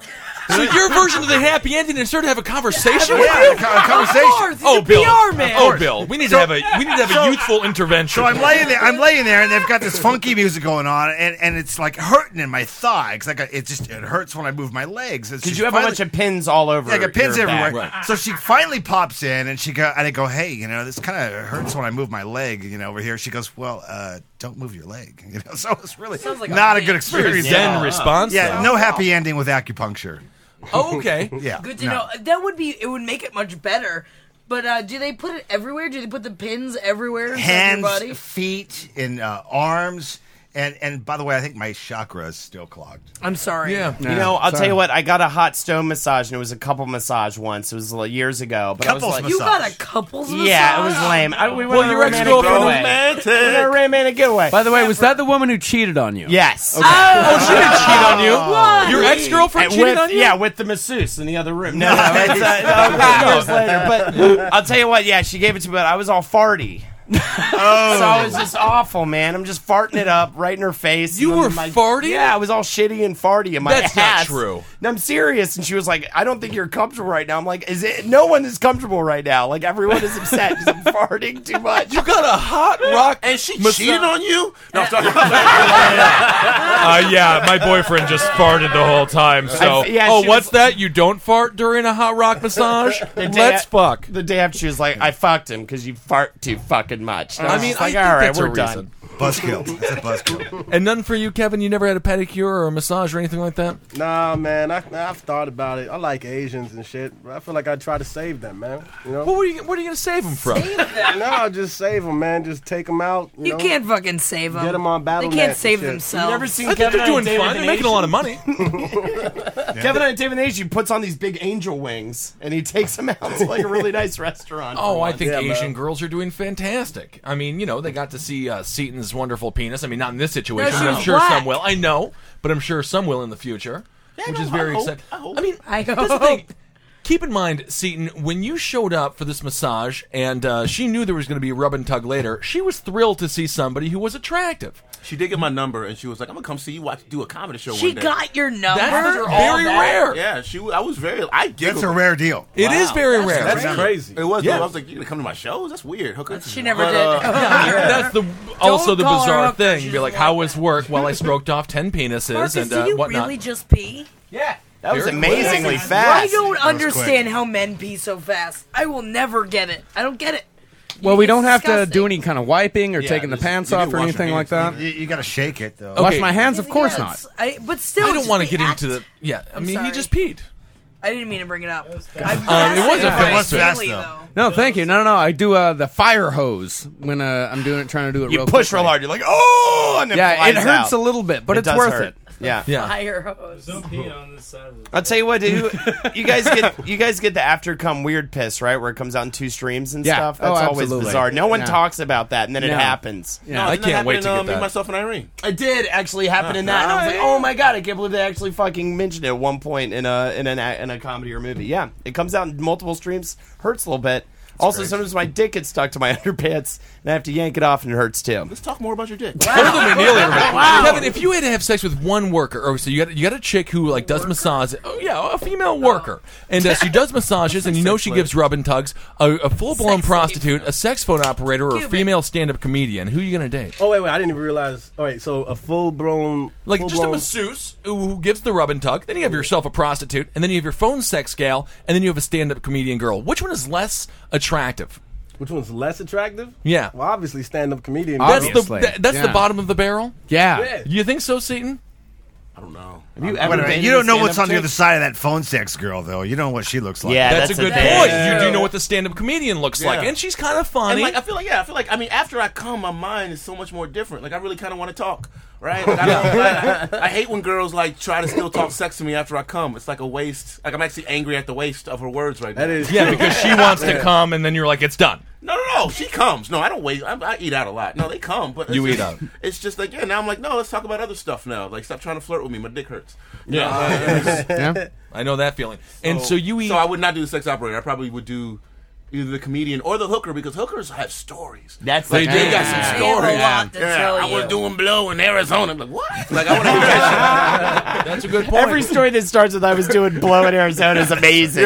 Speaker 6: So your version of the happy ending is sort of have a conversation
Speaker 10: Yeah,
Speaker 6: with
Speaker 10: have a
Speaker 6: you?
Speaker 10: co- a conversation. Of course, he's
Speaker 6: oh,
Speaker 10: a
Speaker 6: Bill.
Speaker 10: PR man.
Speaker 6: Oh, Bill. We need
Speaker 10: So-
Speaker 6: to have a we need to have a
Speaker 10: so-
Speaker 6: youthful intervention.
Speaker 10: So I'm laying there, I'm laying there, and they've got this funky music going on, and, and it's like hurting in my thigh because like it just it hurts when I move my legs.
Speaker 4: Because you have a bunch of pins all over.
Speaker 10: Yeah, I got pins
Speaker 4: your
Speaker 10: everywhere.
Speaker 4: back.
Speaker 10: So she finally pops in and she go and I go, hey, you know, this kind of hurts when I move my leg, you know, over here. She goes, well, uh, don't move your leg, [LAUGHS] you know. So it's really
Speaker 6: Sounds like a
Speaker 10: not a,
Speaker 6: plan.
Speaker 10: good experience.
Speaker 6: Very zen
Speaker 10: Yeah.
Speaker 6: response,
Speaker 10: Yeah,
Speaker 6: though.
Speaker 10: no happy ending with acupuncture.
Speaker 6: Oh, okay.
Speaker 10: yeah,
Speaker 9: Good to
Speaker 10: no.
Speaker 9: know. That would be. It would make it much better. But uh, do they put it everywhere? Do they put the pins everywhere? inside your body?
Speaker 10: Hands, feet, and uh, arms. And and by the way, I think my chakra is still clogged.
Speaker 9: I'm sorry.
Speaker 10: Yeah.
Speaker 4: You know, I'll
Speaker 10: Sorry.
Speaker 4: tell you what. I got a hot stone massage, and it was a couple massage once. It was like, years ago, but I was like,
Speaker 9: you got a couple's massage.
Speaker 4: Yeah, it was lame. I, we went
Speaker 9: Well,
Speaker 4: on a
Speaker 9: your
Speaker 4: romantic
Speaker 9: ex-girlfriend
Speaker 4: getaway.
Speaker 9: was
Speaker 4: We went on a romantic getaway.
Speaker 7: By the way, was that the woman who cheated on you?
Speaker 4: Yes.
Speaker 7: Okay.
Speaker 4: Oh, she didn't cheat on you.
Speaker 7: What? Your ex-girlfriend
Speaker 4: And
Speaker 7: cheated
Speaker 4: with-
Speaker 7: on you?
Speaker 4: Yeah, with the masseuse in the other room. [LAUGHS] No, no, it's, uh, no, years later. But [LAUGHS] I'll tell you what. Yeah, she gave it to me. But I was all [LAUGHS] farty. Oh, so I was just awful, man. I'm just farting it up right in her face. You were farty? Yeah, I was all shitty and farty in my
Speaker 6: That's not
Speaker 4: ass.
Speaker 6: true.
Speaker 4: No, I'm serious. And she was like, "I don't think you're comfortable right now." I'm like, "Is it? No one is comfortable right now. Like everyone is upset because [LAUGHS] I'm farting too much." You
Speaker 6: got a hot rock,
Speaker 4: and she
Speaker 17: cheated on you? No, I'm talking
Speaker 6: Uh, yeah, my boyfriend just farted the whole time. So,
Speaker 4: I- yeah,
Speaker 6: oh,
Speaker 4: she
Speaker 6: what's that? You don't fart during a hot rock
Speaker 4: [LAUGHS]
Speaker 6: massage?
Speaker 4: The day
Speaker 6: Let's
Speaker 4: a-
Speaker 6: fuck.
Speaker 4: The day after she was like, "I fucked him because you fart too fucking much." And
Speaker 6: I
Speaker 4: was
Speaker 6: mean,
Speaker 4: just
Speaker 6: I
Speaker 4: like,
Speaker 6: think
Speaker 4: all right,
Speaker 6: that's a
Speaker 4: we're
Speaker 6: reason.
Speaker 4: done.
Speaker 10: Buzzkill. It's a
Speaker 9: [LAUGHS]
Speaker 10: buzzkill.
Speaker 6: And none for you, Kevin. You never had a pedicure or a massage or anything like that.
Speaker 5: Nah, man, I, I've thought about it. I like Asians and shit. I feel like I try to save them, man. You know?
Speaker 6: What, were you, what are you gonna save them from?
Speaker 5: no, just save them, man. Just take them out. You,
Speaker 9: You
Speaker 5: know?
Speaker 9: can't fucking save them.
Speaker 5: Get 'em on battle
Speaker 9: They can't
Speaker 5: net
Speaker 9: save
Speaker 5: and shit.
Speaker 9: themselves.
Speaker 5: You never seen I think Kevin they're
Speaker 4: doing fine. They're making a lot of
Speaker 6: money.
Speaker 4: [LAUGHS] Kevin and David Asian puts on these big angel wings and he takes them out to like a really nice [LAUGHS] restaurant.
Speaker 6: Oh,
Speaker 4: for
Speaker 6: I
Speaker 4: lunch.
Speaker 6: think Asian girls are doing fantastic. I mean, you know, they got to see uh, Seton's wonderful penis. I mean, not in this situation,
Speaker 4: No,
Speaker 6: but I'm
Speaker 4: she's
Speaker 6: sure
Speaker 4: black.
Speaker 6: some will. I know, but I'm sure some will in the future, which is very exciting. I mean,
Speaker 9: I
Speaker 6: That's the thing. Keep in mind, Seton, when you showed up for this massage and uh, she knew there was going to be a rub and tug later, she was thrilled to see somebody who was attractive.
Speaker 17: She did get my number, and she was like, "I'm gonna come see you watch do a comedy show."
Speaker 9: She
Speaker 17: one day.
Speaker 9: got your number.
Speaker 17: After all
Speaker 6: very
Speaker 17: that-
Speaker 6: rare.
Speaker 17: Yeah, she. I was very. I giggled.
Speaker 10: That's a rare deal.
Speaker 17: It
Speaker 6: It
Speaker 17: is
Speaker 6: is very rare.
Speaker 17: That's
Speaker 6: That's
Speaker 17: crazy.
Speaker 6: crazy.
Speaker 17: It was.
Speaker 6: Yeah.
Speaker 17: I was like, "You gonna come to my shows? That's weird." Hooker.
Speaker 9: She never
Speaker 17: But,
Speaker 9: did.
Speaker 17: uh,
Speaker 6: [LAUGHS] That's the also the bizarre thing. Be like, how was work?
Speaker 9: [LAUGHS]
Speaker 6: Well, I stroked off ten penises
Speaker 9: Marcus,
Speaker 6: and uh,
Speaker 9: did you
Speaker 6: whatnot.
Speaker 9: really just pee?
Speaker 4: Yeah, that was
Speaker 6: Very
Speaker 4: amazingly
Speaker 6: quick.
Speaker 4: fast.
Speaker 9: I don't
Speaker 6: That was
Speaker 9: understand how men pee so fast. I will never get it. I don't get it.
Speaker 7: Well, we don't have to do any kind of wiping or taking the pants
Speaker 10: you do
Speaker 7: off or
Speaker 10: wash your
Speaker 7: anything like that.
Speaker 10: You, got to shake it though.
Speaker 7: Wash my hands? Of course not.
Speaker 9: I, but still,
Speaker 6: I don't
Speaker 9: just
Speaker 6: want
Speaker 9: the
Speaker 6: to get
Speaker 9: act-
Speaker 6: into the. Yeah, I
Speaker 9: I'm
Speaker 6: mean, he
Speaker 9: sorry.
Speaker 6: just peed.
Speaker 9: I didn't mean to bring it up.
Speaker 6: Um, it was a
Speaker 7: It was
Speaker 6: fast
Speaker 7: fast,
Speaker 6: though.
Speaker 7: No, thank you. No, no, no. I do uh, the fire hose when uh, I'm doing it, trying to do it.
Speaker 4: You
Speaker 7: real
Speaker 4: push
Speaker 7: quickly.
Speaker 4: real hard. You're like, oh, and it
Speaker 7: yeah, it
Speaker 4: flies
Speaker 7: hurts
Speaker 4: out.
Speaker 7: a little bit, but
Speaker 4: It
Speaker 7: it's
Speaker 4: does
Speaker 7: worth
Speaker 4: hurt.
Speaker 7: it.
Speaker 4: Yeah. Yeah.
Speaker 9: Fire hose. Don't pee on this side of
Speaker 4: I'll tell you what, dude. you guys get you guys get the after come weird piss, right? Where it comes out in two streams and
Speaker 7: Yeah.
Speaker 4: stuff.
Speaker 7: Oh,
Speaker 4: That's always
Speaker 7: absolutely.
Speaker 4: bizarre. No one
Speaker 7: Yeah.
Speaker 4: talks about that, and then it
Speaker 7: No.
Speaker 4: happens.
Speaker 7: Yeah. No, I didn't that can't wait happen to in, get um, Me, that.
Speaker 17: Myself and Irene.
Speaker 4: It did actually happen in that. and I was like, oh my god, I can't believe they actually fucking mentioned it at one point in a in an a- in a comedy or movie. Yeah, it comes out in multiple streams, hurts a little bit. also, sometimes my dick gets stuck to my [LAUGHS] underpants, and I have to yank it off, and it hurts too.
Speaker 17: Let's talk more about your dick.
Speaker 6: Totally nearly everybody. Kevin, if you had to have sex with one worker, or so you got you got a chick who like does massage. Oh yeah, a female worker, and uh, she does massages, and you know she gives rub and tugs. A, a full blown prostitute, a sex phone operator, or a female stand up comedian. Who are you gonna date?
Speaker 5: Oh wait, wait! I didn't even realize. All right, so a full blown
Speaker 6: Like just a masseuse who who gives the rub and tug. Then you have yourself a prostitute, and then you have your phone sex gal, and then you have a stand up comedian girl. Which one is less attractive?
Speaker 5: Which one's less attractive?
Speaker 6: Yeah.
Speaker 5: Well, obviously, stand up comedian.
Speaker 6: That's the that- that's the bottom of the barrel.
Speaker 5: Yeah. Yeah.
Speaker 6: You think so, Seton?
Speaker 17: I don't know.
Speaker 5: Have you
Speaker 10: Wait a minute, you don't know what's on the other side of that phone sex girl, though. You don't know what she looks like.
Speaker 6: that's, a good point. You do know what the stand-up comedian looks like, and she's kind of funny.
Speaker 17: And, like, I feel like yeah, I feel like I mean, after I come, my mind is so much more different. Like I really kind of want to talk.
Speaker 4: right? And I, don't- I- I hate when girls like try to still talk sex to me after I come. It's like a waste. Like I'm actually angry at the waste of her words right now.
Speaker 5: That is
Speaker 6: Yeah, because [LAUGHS] she wants to
Speaker 4: Yeah.
Speaker 6: come, and then you're like, it's done.
Speaker 4: No, no, no. She comes. No, I don't wait. I, I eat out a lot. No, they come, but it's
Speaker 6: You
Speaker 4: just-
Speaker 6: eat out.
Speaker 4: It's just like yeah. Now I'm like, no, let's talk about other stuff now. Like stop trying to flirt with me. My dick hurts.
Speaker 6: Mm. Yeah.
Speaker 4: No,
Speaker 6: Yeah. I know that feeling. And so you eat.
Speaker 4: So I would not do the sex operator. I probably would do. Either the comedian or the hooker, because hookers have stories.
Speaker 2: That's
Speaker 4: like,
Speaker 2: the
Speaker 4: they
Speaker 2: thing.
Speaker 4: got some
Speaker 2: They have a
Speaker 4: stories.
Speaker 2: lot to
Speaker 4: yeah,
Speaker 2: tell
Speaker 4: I was
Speaker 2: you.
Speaker 4: doing blow in Arizona. I'm like, what? Like, I want to hear that shit. That's a good
Speaker 2: Every story that starts with I was doing blow in Arizona
Speaker 10: [LAUGHS]
Speaker 2: is amazing.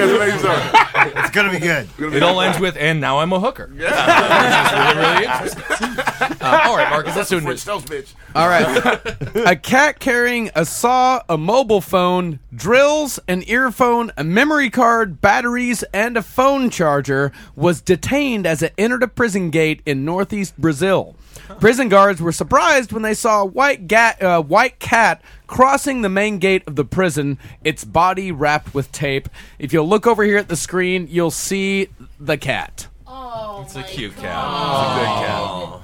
Speaker 4: it's gonna be good.
Speaker 6: It all ends with, and now I'm a hooker. Yeah. Which is really, really
Speaker 4: [LAUGHS]
Speaker 6: interesting. Uh, all right, Marcus, let's do
Speaker 4: French
Speaker 6: it.
Speaker 4: toast, bitch.
Speaker 7: All right. a cat carrying a saw, a mobile phone, drills, an earphone, a memory card, batteries, and a phone charger was detained as it entered a prison gate in northeast Brazil. Prison guards were surprised when they saw a white, ga- uh, white cat crossing the main gate of the prison, its body wrapped with tape. If you'll look over here at the screen, you'll see the cat.
Speaker 6: It's a cute cat. It's a good cat.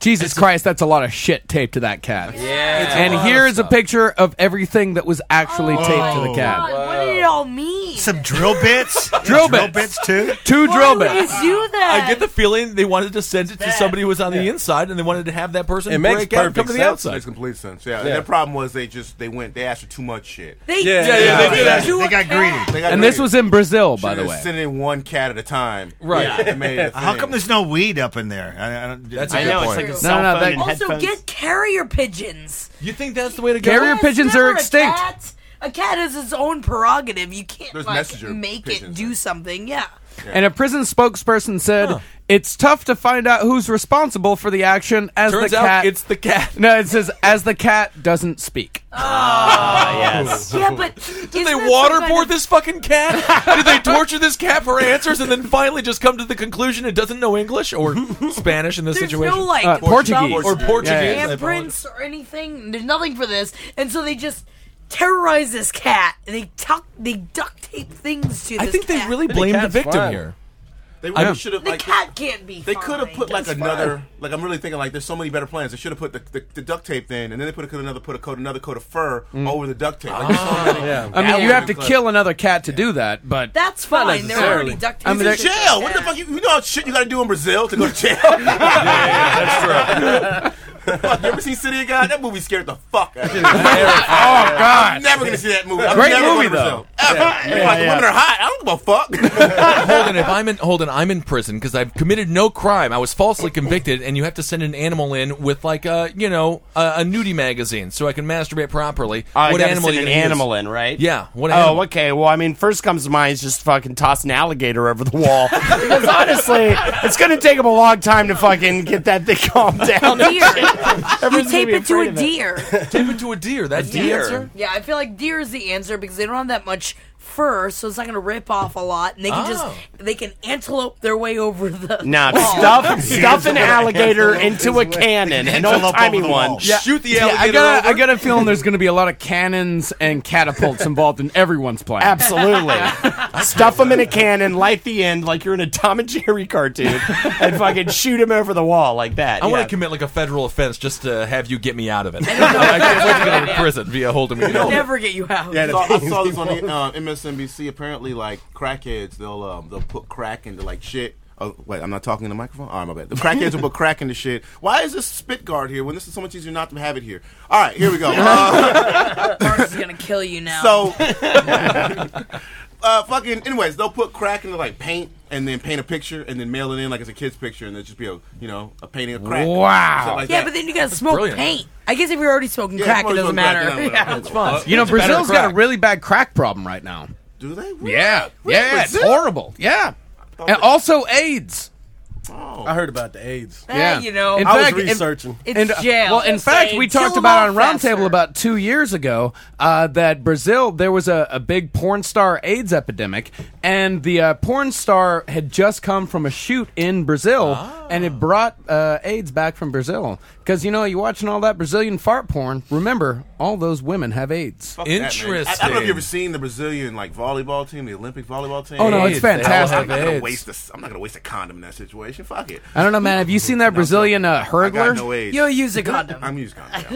Speaker 7: Jesus Christ, that's a lot of shit taped to that cat.
Speaker 6: Yeah. It's a
Speaker 7: And
Speaker 6: lot of Oh
Speaker 7: here's a picture of everything that was actually taped to the cat.
Speaker 9: What did it all mean?
Speaker 10: Some drill bits?
Speaker 7: [LAUGHS] Drill bits.
Speaker 10: too?
Speaker 7: Two drill
Speaker 9: would
Speaker 7: bits.
Speaker 9: you do that?
Speaker 6: I get the feeling they wanted to send it to somebody who was on the inside, and they wanted to have that person
Speaker 4: It
Speaker 6: break
Speaker 4: makes
Speaker 6: out and
Speaker 4: perfect
Speaker 6: come to the
Speaker 4: sense.
Speaker 6: outside.
Speaker 4: Makes complete sense. Yeah.
Speaker 6: Yeah.
Speaker 4: Their problem was they just they went they asked for too much shit.
Speaker 9: They-
Speaker 6: Yeah, yeah, yeah, they did
Speaker 4: that.
Speaker 6: ask you
Speaker 4: They got greedy. They got
Speaker 7: And this
Speaker 4: greedy.
Speaker 7: was in Brazil, by the
Speaker 4: Should've
Speaker 7: way.
Speaker 4: sent in one cat at a time.
Speaker 7: Right.
Speaker 4: Yeah, it made a
Speaker 10: How
Speaker 4: thing.
Speaker 10: come there's no weed up in there? I, I don't,
Speaker 4: That's a I good know, it's point. like a cell
Speaker 10: no,
Speaker 4: phone
Speaker 10: that-
Speaker 4: and
Speaker 9: also, get carrier pigeons.
Speaker 6: You think that's the way to
Speaker 7: go? Carrier pigeons are extinct.
Speaker 9: A cat. a cat is its own prerogative. You can't
Speaker 7: There's
Speaker 9: like,
Speaker 7: messenger
Speaker 9: make it do something. Yeah.
Speaker 7: And a prison spokesperson said, "It's tough to find out who's responsible for the action as
Speaker 6: Turns
Speaker 7: the
Speaker 6: out
Speaker 7: cat."
Speaker 6: it's the Uh, cat.
Speaker 7: No, it says as the cat doesn't speak.
Speaker 6: yes.
Speaker 9: [LAUGHS] Yeah,
Speaker 4: [LAUGHS]
Speaker 9: but
Speaker 6: did they waterboard this fucking
Speaker 9: [LAUGHS]
Speaker 6: cat? did they torture this cat for answers, and then finally just come to the conclusion it doesn't know English
Speaker 9: [LAUGHS]
Speaker 6: or Spanish in this
Speaker 9: There's
Speaker 6: situation?
Speaker 9: no like thumbs
Speaker 6: or Portuguese I apologize.
Speaker 9: handprints or anything. There's nothing for this, and so they just terrorize this cat. And they tuck, they duct tape things to. This
Speaker 6: I think they
Speaker 9: cat.
Speaker 6: really blame the victim here.
Speaker 4: They
Speaker 6: I
Speaker 4: really
Speaker 6: don't-
Speaker 4: should have.
Speaker 9: The
Speaker 4: like,
Speaker 9: cat can't be.
Speaker 4: They could have
Speaker 9: fined.
Speaker 4: put like
Speaker 9: That's
Speaker 4: another.
Speaker 9: fine.
Speaker 4: Like I'm really thinking like there's so many better plans. They should have put the, the, the duct tape in, and then they put a, coat- another put a coat another coat of fur over the duct tape. Like, there's so many-
Speaker 7: I
Speaker 4: That
Speaker 7: mean, you
Speaker 4: would've
Speaker 7: have to
Speaker 4: been clever.
Speaker 7: kill another cat to do that, but
Speaker 9: That's fine. They're already duct taped.
Speaker 4: I mean,
Speaker 7: they're-
Speaker 4: in jail. What the fuck? You, you know how shit you got to do in Brazil to go to jail. yeah, that's true. fuck, you ever seen City of God? That movie scared the fuck out of me. oh
Speaker 7: God!
Speaker 4: I'm never gonna see that movie. I'm
Speaker 6: Great
Speaker 4: never going
Speaker 6: movie,
Speaker 4: to Brazil.
Speaker 6: though.
Speaker 4: Ever.
Speaker 6: Yeah.
Speaker 4: Like,
Speaker 6: Yeah, yeah.
Speaker 4: Women are hot. I don't give a
Speaker 6: [LAUGHS]
Speaker 4: fuck.
Speaker 6: Holden, if I'm in Holden, I'm in prison because I've committed no crime. I was falsely convicted, and you have to send an animal in with like a you know a, a nudie magazine so I can masturbate properly.
Speaker 2: Oh, I
Speaker 6: what
Speaker 2: gotta
Speaker 6: animal
Speaker 2: send
Speaker 6: you
Speaker 2: an
Speaker 6: gonna
Speaker 2: animal
Speaker 6: use?
Speaker 2: in, right?
Speaker 6: Yeah. What
Speaker 2: oh,
Speaker 6: animal?
Speaker 2: okay. Well, I mean, first comes to mind is just fucking toss an alligator over the wall. Because honestly, it's going to take them a long time to fucking get that thing calmed down.
Speaker 4: [LAUGHS]
Speaker 9: You
Speaker 2: Everyone's gonna
Speaker 9: tape
Speaker 2: be
Speaker 9: it to
Speaker 2: afraid
Speaker 9: a
Speaker 2: of it.
Speaker 9: deer.
Speaker 6: Tape it to a deer. That's the
Speaker 2: deer.
Speaker 6: answer.
Speaker 9: Yeah, I feel like deer is the answer because they don't have that much fur, so it's not going to rip off a lot, and they can
Speaker 2: Oh.
Speaker 9: just they can antelope their way over the.
Speaker 2: Nah,
Speaker 9: wall.
Speaker 2: stuff stuff an alligator into a cannon, an old timey one.
Speaker 7: I got, a, I got a feeling there's going to be a lot of cannons and catapults involved in everyone's
Speaker 6: [LAUGHS]
Speaker 7: plan.
Speaker 2: Absolutely. Stuff them in a cannon, light the end like you're in a Tom and Jerry cartoon, and fucking shoot him over the wall like that.
Speaker 6: I want
Speaker 2: yeah.
Speaker 6: to commit like a federal offense just to have you get me out
Speaker 4: [LAUGHS]
Speaker 6: of it. I can't wait to go to prison via Holden.
Speaker 9: They'll never get you out. [LAUGHS]
Speaker 4: I saw- I saw this on the, uh, MSNBC. Apparently, like crackheads, they'll um, they'll put crack into like shit. Oh wait, I'm not talking in the microphone. All right, my bad. The crackheads will put crack into shit. Why is this spit guard here when this is so much easier not to have it here? All right, here we go. Uh,
Speaker 9: Mark's is gonna kill you now.
Speaker 4: So, uh, fucking. Anyways, they'll put crack into like paint and then paint a picture and then mail it in like it's a kid's picture and it just be a you know a painting of crack.
Speaker 7: Wow.
Speaker 4: Something like
Speaker 9: yeah,
Speaker 4: that.
Speaker 9: but then you gotta smoke
Speaker 4: brilliant.
Speaker 9: paint. I guess if you're already smoking
Speaker 4: Yeah,
Speaker 9: crack,
Speaker 4: if
Speaker 9: it
Speaker 4: you're
Speaker 9: doesn't
Speaker 4: smoking
Speaker 9: matter.
Speaker 4: crack, it doesn't
Speaker 9: yeah,
Speaker 4: matter.
Speaker 9: that's fine.
Speaker 7: you know,
Speaker 4: It's a better
Speaker 7: Brazil's got a
Speaker 4: crack.
Speaker 7: really bad crack problem right now.
Speaker 4: Do they?
Speaker 7: Yeah,
Speaker 4: Really?
Speaker 7: yeah, it's
Speaker 4: Brazil?
Speaker 7: horrible. Yeah, and also AIDS.
Speaker 5: I heard about the AIDS.
Speaker 7: Yeah, In
Speaker 5: I
Speaker 7: fact,
Speaker 5: was
Speaker 7: in-
Speaker 5: researching.
Speaker 9: It's jail.
Speaker 7: Well, in
Speaker 9: It's
Speaker 7: fact,
Speaker 9: insane.
Speaker 7: we
Speaker 9: Kill
Speaker 7: talked
Speaker 9: them
Speaker 7: about
Speaker 9: off
Speaker 7: on Roundtable about two years ago uh, that Brazil there was a, a big porn star AIDS epidemic, and the uh, porn star had just come from a shoot in Brazil and
Speaker 4: Ah.
Speaker 7: it brought uh, AIDS back from Brazil. Because, you know, you're watching all that Brazilian fart porn. Remember, all those women have AIDS.
Speaker 4: Fuck that, man. I, I don't know if you ever seen the Brazilian like volleyball team, the Olympic volleyball team.
Speaker 7: Oh, no, it's
Speaker 4: They all
Speaker 7: fantastic.
Speaker 4: have- I'm not gonna
Speaker 7: AIDS.
Speaker 4: waste a, I'm not gonna waste a condom in that situation. Fuck it.
Speaker 7: I don't know, man. Have you seen that Brazilian uh,
Speaker 4: I got
Speaker 7: hurdler?
Speaker 4: no AIDS.
Speaker 9: You'll use a condom.
Speaker 4: [LAUGHS] I'm using condom.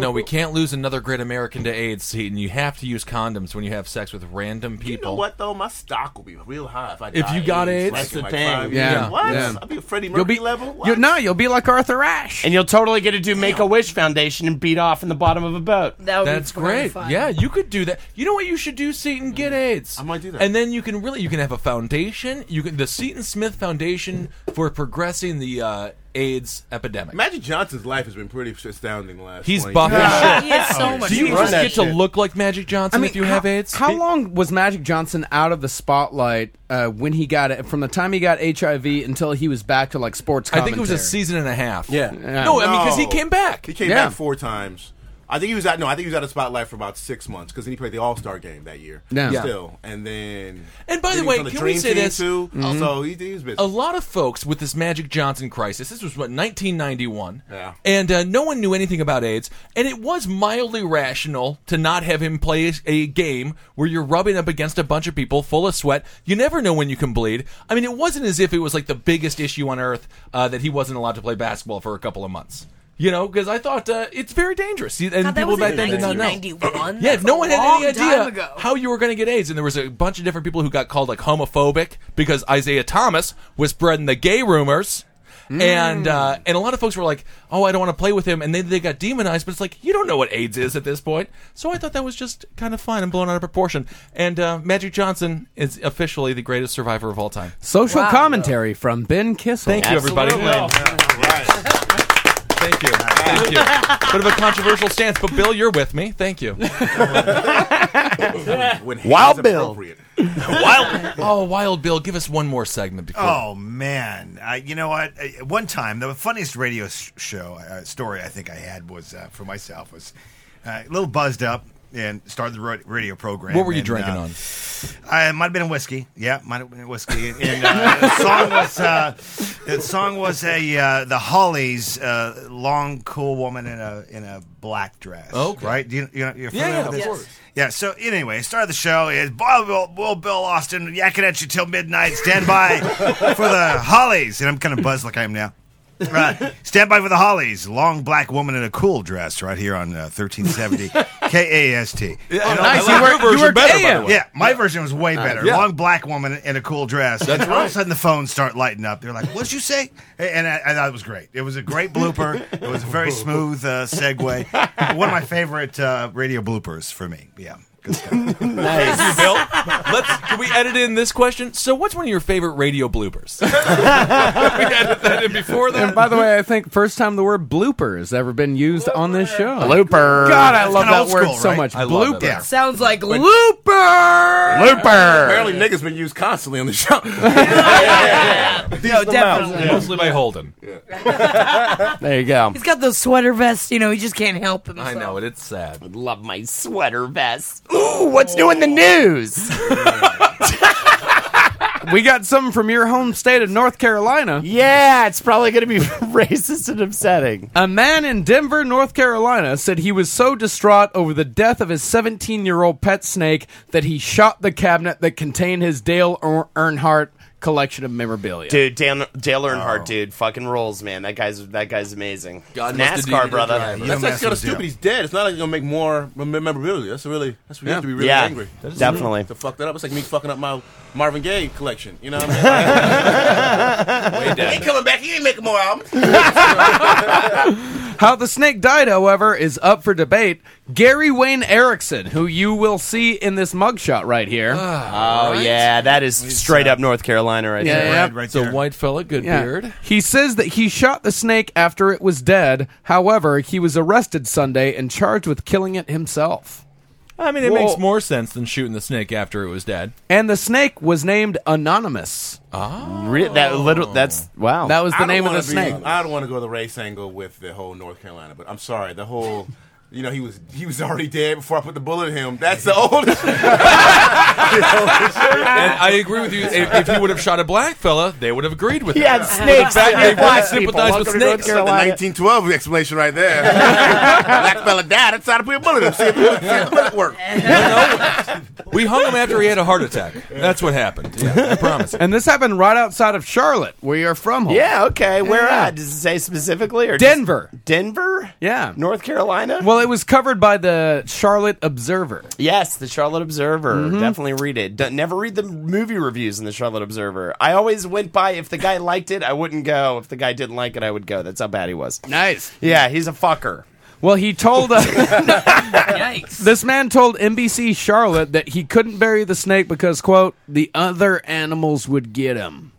Speaker 6: No, we can't lose another great American to AIDS, Seton. You have to use condoms when you have sex with random people.
Speaker 4: You know what though? My stock will be real high if I
Speaker 6: If
Speaker 4: die
Speaker 6: you got AIDS,
Speaker 4: like,
Speaker 6: that's the
Speaker 4: in, like,
Speaker 6: thing.
Speaker 4: five
Speaker 6: Yeah,
Speaker 4: years. What?
Speaker 6: yeah.
Speaker 4: I'll be a Freddie
Speaker 2: You'll
Speaker 4: Mercury
Speaker 2: be-
Speaker 4: level. What?
Speaker 7: You'll, no, you'll be like Arthur Ashe.
Speaker 2: And you'll totally get to do Make a Wish Foundation and beat off in the bottom of a boat.
Speaker 9: That
Speaker 6: That's great. Yeah, you could do that. You know what you should do, Seton? Get AIDS. Mm. I might do that. And then you can really you can have a foundation. You can the Seton Smith Foundation for progressing the uh, AIDS epidemic.
Speaker 4: Magic Johnson's life has been pretty astounding the last.
Speaker 6: He's
Speaker 4: 20
Speaker 6: buff
Speaker 4: years.
Speaker 6: as shit. Oh,
Speaker 9: Oh
Speaker 6: Do you
Speaker 4: He
Speaker 6: just
Speaker 4: run that
Speaker 6: get to
Speaker 4: shit.
Speaker 6: look like Magic Johnson if you
Speaker 7: how,
Speaker 6: have AIDS?
Speaker 7: How long was Magic Johnson out of the spotlight uh, when he got it? From the time he got HIV until he was back to like sports.
Speaker 6: I think it was a
Speaker 7: commentary.
Speaker 6: season and a half.
Speaker 7: Yeah.
Speaker 6: No, I mean because he came back.
Speaker 4: He came
Speaker 7: Yeah.
Speaker 4: back four times. I think he was out. No, I think he was out of spotlight for about six months because then he played the All Star game that year.
Speaker 6: Yeah. Yeah.
Speaker 4: still. And then.
Speaker 6: And by the
Speaker 4: then he
Speaker 6: way,
Speaker 4: was on
Speaker 6: can
Speaker 4: Dream
Speaker 6: we say
Speaker 4: Team,
Speaker 6: this? Mm-hmm.
Speaker 4: Too. So he, he was busy.
Speaker 6: A lot of folks with this Magic Johnson crisis. This was what 1991, yeah. and uh, no one knew anything about AIDS. And it was mildly rational to not have him play a game where you're rubbing up against a bunch of people full of sweat. You never know when you can bleed. I mean, it wasn't as if it was like the biggest issue on earth uh, that he wasn't allowed to play basketball for a couple of months. You know, because I thought uh, it's very dangerous, and
Speaker 9: God, that
Speaker 6: people
Speaker 9: was
Speaker 6: back
Speaker 9: in
Speaker 6: then did not know.
Speaker 9: 1991.
Speaker 6: Yeah,
Speaker 9: That's
Speaker 6: no
Speaker 9: a
Speaker 6: one had any
Speaker 9: long time
Speaker 6: idea
Speaker 9: ago.
Speaker 6: how you were going to get AIDS, and there was a bunch of different people who got called like homophobic because Isaiah Thomas was spreading the gay rumors,
Speaker 9: Hmm.
Speaker 6: and uh, and a lot of folks were like, "Oh, I don't want to play with him," and then they got demonized. But it's like you don't know what AIDS is at this point, so I thought that was just kind of fun and blown out of proportion. And uh, Magic Johnson is officially the greatest survivor of all time.
Speaker 7: Social commentary from Ben Kissel.
Speaker 6: Thank you, everybody. Thank you. Thank you. Bit of a controversial stance, but Bill, you're with me. Thank you.
Speaker 4: Wild Bill.
Speaker 6: Wild. Oh, Wild Bill, give us one more segment. Before.
Speaker 10: Oh man, I, you know what? I, one time, the funniest radio sh- show uh, story I think I had was uh, for myself was uh, a little buzzed up and started the ro- radio program.
Speaker 6: What were you
Speaker 10: and,
Speaker 6: drinking
Speaker 10: uh,
Speaker 6: on?
Speaker 10: I Uh, it might have been whiskey. Yeah, might have been whiskey. And uh, the song was uh, the song was a uh, the Hollies, uh, long cool woman in a in a black dress.
Speaker 18: Oh, Okay.
Speaker 10: right? Do you, you know, you're
Speaker 18: Yeah,
Speaker 10: familiar
Speaker 18: yeah,
Speaker 10: with
Speaker 18: of
Speaker 10: this?
Speaker 18: course.
Speaker 10: Yeah. So anyway, start of the show is Bob, Will, Will Bill Austin yakking at you till midnight.
Speaker 18: [LAUGHS]
Speaker 10: Stand by for the Hollies, and I'm kind of buzzed like I am now. Uh, stand by for the Hollies, long black woman in a cool dress, right here on uh,
Speaker 18: [LAUGHS]
Speaker 10: 1370 KAST.
Speaker 18: Yeah,
Speaker 10: Oh,
Speaker 18: I
Speaker 10: no,
Speaker 18: like
Speaker 10: I
Speaker 18: your version better, by the
Speaker 10: AM.
Speaker 18: way.
Speaker 10: Yeah, my version was way
Speaker 18: Uh,
Speaker 10: better.
Speaker 18: yeah.
Speaker 10: Long black woman in a cool dress.
Speaker 18: That's
Speaker 10: and All of a
Speaker 18: right.
Speaker 10: sudden, the phones start lighting up. They're like, "What'd you say?" And I, I thought it was great. It was a great blooper. it was a
Speaker 6: [LAUGHS]
Speaker 10: very smooth uh, segue. One of my favorite uh, radio bloopers for me. Yeah.
Speaker 6: [LAUGHS] Thank you, Bill. [LAUGHS] Let's can we edit in this question? So, what's one of your favorite radio [LAUGHS] bloopers? we edit that in before that.
Speaker 7: And by the way, I think first time the word blooper has ever been used on this show.
Speaker 2: Blooper.
Speaker 7: God, I
Speaker 2: It's
Speaker 7: love
Speaker 2: kinda
Speaker 7: that
Speaker 2: old
Speaker 7: word
Speaker 2: school,
Speaker 7: so
Speaker 2: right?
Speaker 7: much.
Speaker 2: I love
Speaker 7: blooper.
Speaker 2: that. Yeah.
Speaker 9: Sounds like looper.
Speaker 4: Apparently, niggas been used constantly on the show.
Speaker 9: No, definitely.
Speaker 6: Mostly by Holden.
Speaker 2: There you go.
Speaker 9: He's got those sweater vests. You know, he just can't help himself.
Speaker 6: I know it. It's sad. I
Speaker 2: love my sweater vest. Ooh, what's new in the news?
Speaker 7: We got some from your home state of North Carolina.
Speaker 2: Yeah, it's probably going to be [LAUGHS] racist and upsetting.
Speaker 7: A man in Denver, North Carolina said he was so distraught over the death of his 17 year old pet snake that he shot the cabinet that contained his Dale Ear- Earnhardt collection of memorabilia.
Speaker 2: Dude, Dale, Dale Earnhardt, dude, fucking rules, man. That guy's that guy's amazing.
Speaker 4: God must have been a
Speaker 2: NASCAR
Speaker 4: good
Speaker 2: brother.
Speaker 4: driver. That's not kind of stupid. He's dead. It's not like he's gonna make more mem- memorabilia. That's really that's we
Speaker 2: Yeah.
Speaker 4: have to be really
Speaker 2: Yeah,
Speaker 4: angry.
Speaker 2: That is definitely.
Speaker 4: to fuck that up. It's like me fucking up my Marvin Gaye collection. You know
Speaker 6: [LAUGHS]
Speaker 4: what I mean?
Speaker 2: Way down.
Speaker 4: He ain't coming back. He ain't making more albums.
Speaker 7: How the snake died, however, is up for debate. Gary Wayne Erickson, who you will see in this mugshot right here.
Speaker 2: Oh yeah, that is straight up North Carolina right
Speaker 7: Yeah,
Speaker 2: there.
Speaker 7: yeah. Right
Speaker 6: It's a white fella, good
Speaker 7: Yeah.
Speaker 6: beard.
Speaker 7: He says that he shot the snake after it was dead. However, he was arrested Sunday and charged with killing it himself.
Speaker 6: I mean, it
Speaker 7: Well-
Speaker 6: makes more sense than shooting the snake after it was dead.
Speaker 7: And the snake was named Anonymous.
Speaker 6: Oh.
Speaker 2: that little that's wow.
Speaker 7: That was
Speaker 4: I
Speaker 7: the
Speaker 4: don't
Speaker 7: name of
Speaker 4: wanna
Speaker 7: the
Speaker 4: be-
Speaker 7: snake.
Speaker 4: I don't want to go the race angle with the whole [LAUGHS] North Carolina, but I'm sorry. The whole You know, he was he was already dead before I put the bullet in him. That's [LAUGHS] the oldest.
Speaker 6: [LAUGHS] And I agree with you. If, if he would have shot a black fella, they would have agreed with
Speaker 4: He
Speaker 6: him.
Speaker 4: had snakes
Speaker 6: In fact,
Speaker 4: and
Speaker 6: they would
Speaker 4: black
Speaker 6: have
Speaker 4: people.
Speaker 6: sympathized with
Speaker 4: Welcome to North
Speaker 6: snakes.
Speaker 4: Carolina. That's the 1912 explanation
Speaker 2: [LAUGHS]
Speaker 4: right there. black fella died. I tried to put a bullet in him. See if the bullet, see if the bullet worked.
Speaker 6: We hung him after he had a heart attack. That's what happened. Yeah, I promise.
Speaker 7: And this happened right outside of Charlotte, where you're from. Home.
Speaker 2: Yeah, okay. Where
Speaker 7: Yeah.
Speaker 2: at? Does it say specifically or just-
Speaker 7: Denver.
Speaker 2: Denver?
Speaker 7: Yeah.
Speaker 2: North Carolina?
Speaker 7: Well, it was covered by the Charlotte Observer.
Speaker 2: Yes, the Charlotte Observer.
Speaker 7: Mhm.
Speaker 2: Definitely read it. D- never read the movie reviews in the Charlotte Observer. I always went by if the guy liked it, I wouldn't go. If the guy didn't like it, I would go. That's how bad he was.
Speaker 7: Nice.
Speaker 2: Yeah, he's a fucker.
Speaker 7: Well, he told us. [LAUGHS] This man told NBC Charlotte that he couldn't bury the snake because, quote, the other animals would get him.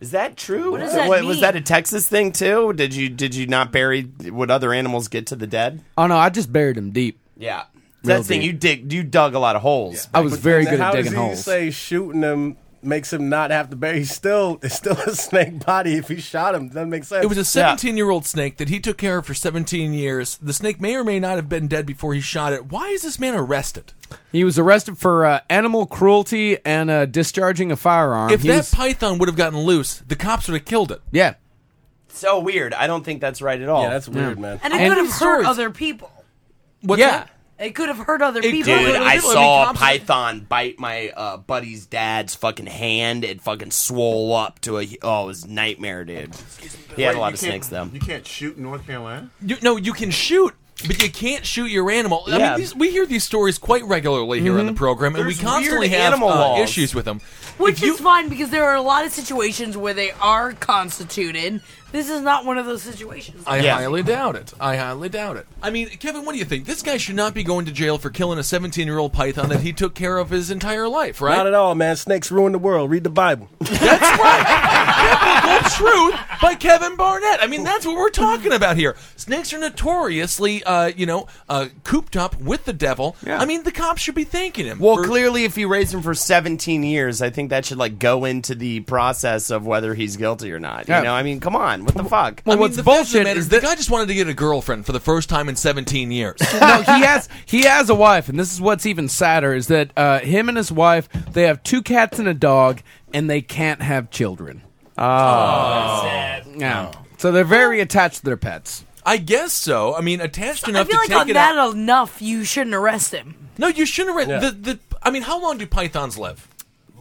Speaker 2: Is that true? What
Speaker 9: does that
Speaker 2: Was that a Texas thing too? Did you did you not bury? Would other animals get to the dead?
Speaker 7: Oh, no, I just buried him deep.
Speaker 2: Yeah.
Speaker 7: Real
Speaker 2: That's the thing.
Speaker 7: deep.
Speaker 2: You dig. You dug a lot of holes.
Speaker 7: I was very good
Speaker 5: How
Speaker 7: at
Speaker 5: does
Speaker 7: digging
Speaker 5: he
Speaker 7: holes.
Speaker 5: say shooting him makes him not have to bury? He's still it's still a snake body if he shot him. Doesn't make sense.
Speaker 6: It was a 17 year old snake that he took care of for 17 years. The snake may or may not have been dead before he shot it. Why is this man arrested?
Speaker 7: He was arrested for uh, animal cruelty and uh, discharging a firearm.
Speaker 6: if
Speaker 7: He
Speaker 6: that
Speaker 7: was-
Speaker 6: python would have gotten loose, the cops would have killed it.
Speaker 7: yeah.
Speaker 2: So weird. I don't think that's right at all. Yeah, that's
Speaker 6: weird, Yeah. man.
Speaker 9: And it could have hurt other people.
Speaker 6: What's
Speaker 9: yeah. It could have hurt other people.
Speaker 2: Dude, I saw a
Speaker 9: saw
Speaker 2: python bite my uh, buddy's dad's fucking hand. It fucking swole up to a. Oh, it was a nightmare, dude. He had a lot of
Speaker 4: Wait, you can't-
Speaker 2: snakes, though.
Speaker 4: You can't shoot in North Carolina.
Speaker 6: You, no, you can shoot, but you can't shoot your animal. I
Speaker 4: Yeah.
Speaker 6: mean, these, we hear these stories quite regularly here on the program, and
Speaker 2: There's
Speaker 6: we constantly
Speaker 2: weird
Speaker 6: have
Speaker 2: animal
Speaker 6: uh,
Speaker 2: laws.
Speaker 6: issues with them.
Speaker 9: Which is fine because there are a lot of situations where they are constituted. This is not one of those situations.
Speaker 6: I highly doubt it. I highly doubt it. I mean, Kevin, what do you think? This guy should not be going to jail for killing a 17 year old python that he took care of his entire life, right?
Speaker 5: Not at all, man. Snakes ruin the world. Read the Bible.
Speaker 6: Biblical Truth by Kevin Barnett. I mean, that's what we're talking about here. Snakes are notoriously, uh, you know, uh, cooped up with the devil. I mean, the cops should be thanking him.
Speaker 2: Well,
Speaker 6: for-
Speaker 2: clearly, if you raise him for 17 years, I think that should like go into the process of whether he's guilty or not.
Speaker 6: Yeah.
Speaker 2: You know, I mean, come on, what the fuck?
Speaker 6: I mean, the fact of the matter is the guy just wanted to get a girlfriend for the first time in 17 years.
Speaker 7: no, he has he has a wife, and this is what's even sadder is that uh, him and his wife they have two cats and a dog, and they can't have children. Oh,
Speaker 10: Oh.
Speaker 7: yeah. So they're very attached to their pets.
Speaker 6: I guess so. I mean, attached
Speaker 9: I
Speaker 6: enough
Speaker 9: feel
Speaker 6: to
Speaker 9: like
Speaker 6: take
Speaker 9: on
Speaker 6: it
Speaker 9: that
Speaker 6: out.
Speaker 9: enough, you shouldn't arrest him.
Speaker 6: No, you shouldn't. Re-
Speaker 9: Yeah.
Speaker 6: the, the, I mean, how long do pythons live?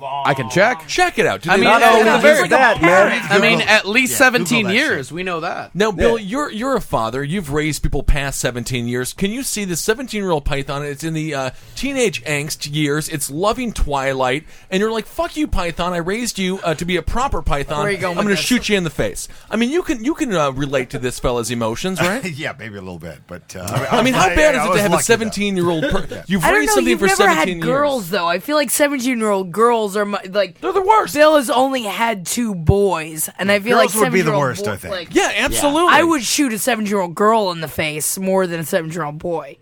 Speaker 7: I can check.
Speaker 6: Check it out. Do
Speaker 7: I
Speaker 6: they
Speaker 7: mean,
Speaker 6: live-
Speaker 7: at-
Speaker 6: Yeah,
Speaker 7: at the
Speaker 6: he's
Speaker 7: very-
Speaker 6: like a parrot.
Speaker 7: I mean, at least
Speaker 6: Yeah,
Speaker 7: seventeen
Speaker 6: Google that
Speaker 7: years. We know that.
Speaker 6: Now, Bill, you're you're a father. You've raised people past 17 years. Can you see the 17 year old python? It's in the uh, teenage angst years. It's loving twilight, and you're like, "Fuck you, python! I raised you uh, to be a proper python.
Speaker 10: Where are
Speaker 6: I'm
Speaker 10: you going
Speaker 6: going to
Speaker 10: with this?
Speaker 6: shoot you in the face." I mean, you can you can uh, relate to this fella's emotions,
Speaker 10: [LAUGHS]
Speaker 6: right?
Speaker 10: [LAUGHS] yeah, maybe a little bit, but uh,
Speaker 6: I mean, how
Speaker 10: I-
Speaker 6: bad
Speaker 10: I
Speaker 6: is it
Speaker 10: was
Speaker 6: to have a
Speaker 10: lucky, though.
Speaker 6: 17 year old? Per- You've
Speaker 9: I don't
Speaker 6: raised
Speaker 9: know.
Speaker 6: something
Speaker 9: You've
Speaker 6: for
Speaker 9: never
Speaker 6: 17
Speaker 9: had
Speaker 6: years.
Speaker 9: girls though. I feel like seventeen-year-old girls are my, like
Speaker 6: they're the worst.
Speaker 9: Bill has only had two boys, and I feel
Speaker 10: Girls
Speaker 9: like
Speaker 10: would be the
Speaker 9: seven-year-old
Speaker 10: worst,
Speaker 9: boy-
Speaker 10: I think.
Speaker 9: like-
Speaker 6: Yeah, absolutely.
Speaker 9: I would shoot a seven-year-old girl in the face more than a seven-year-old boy.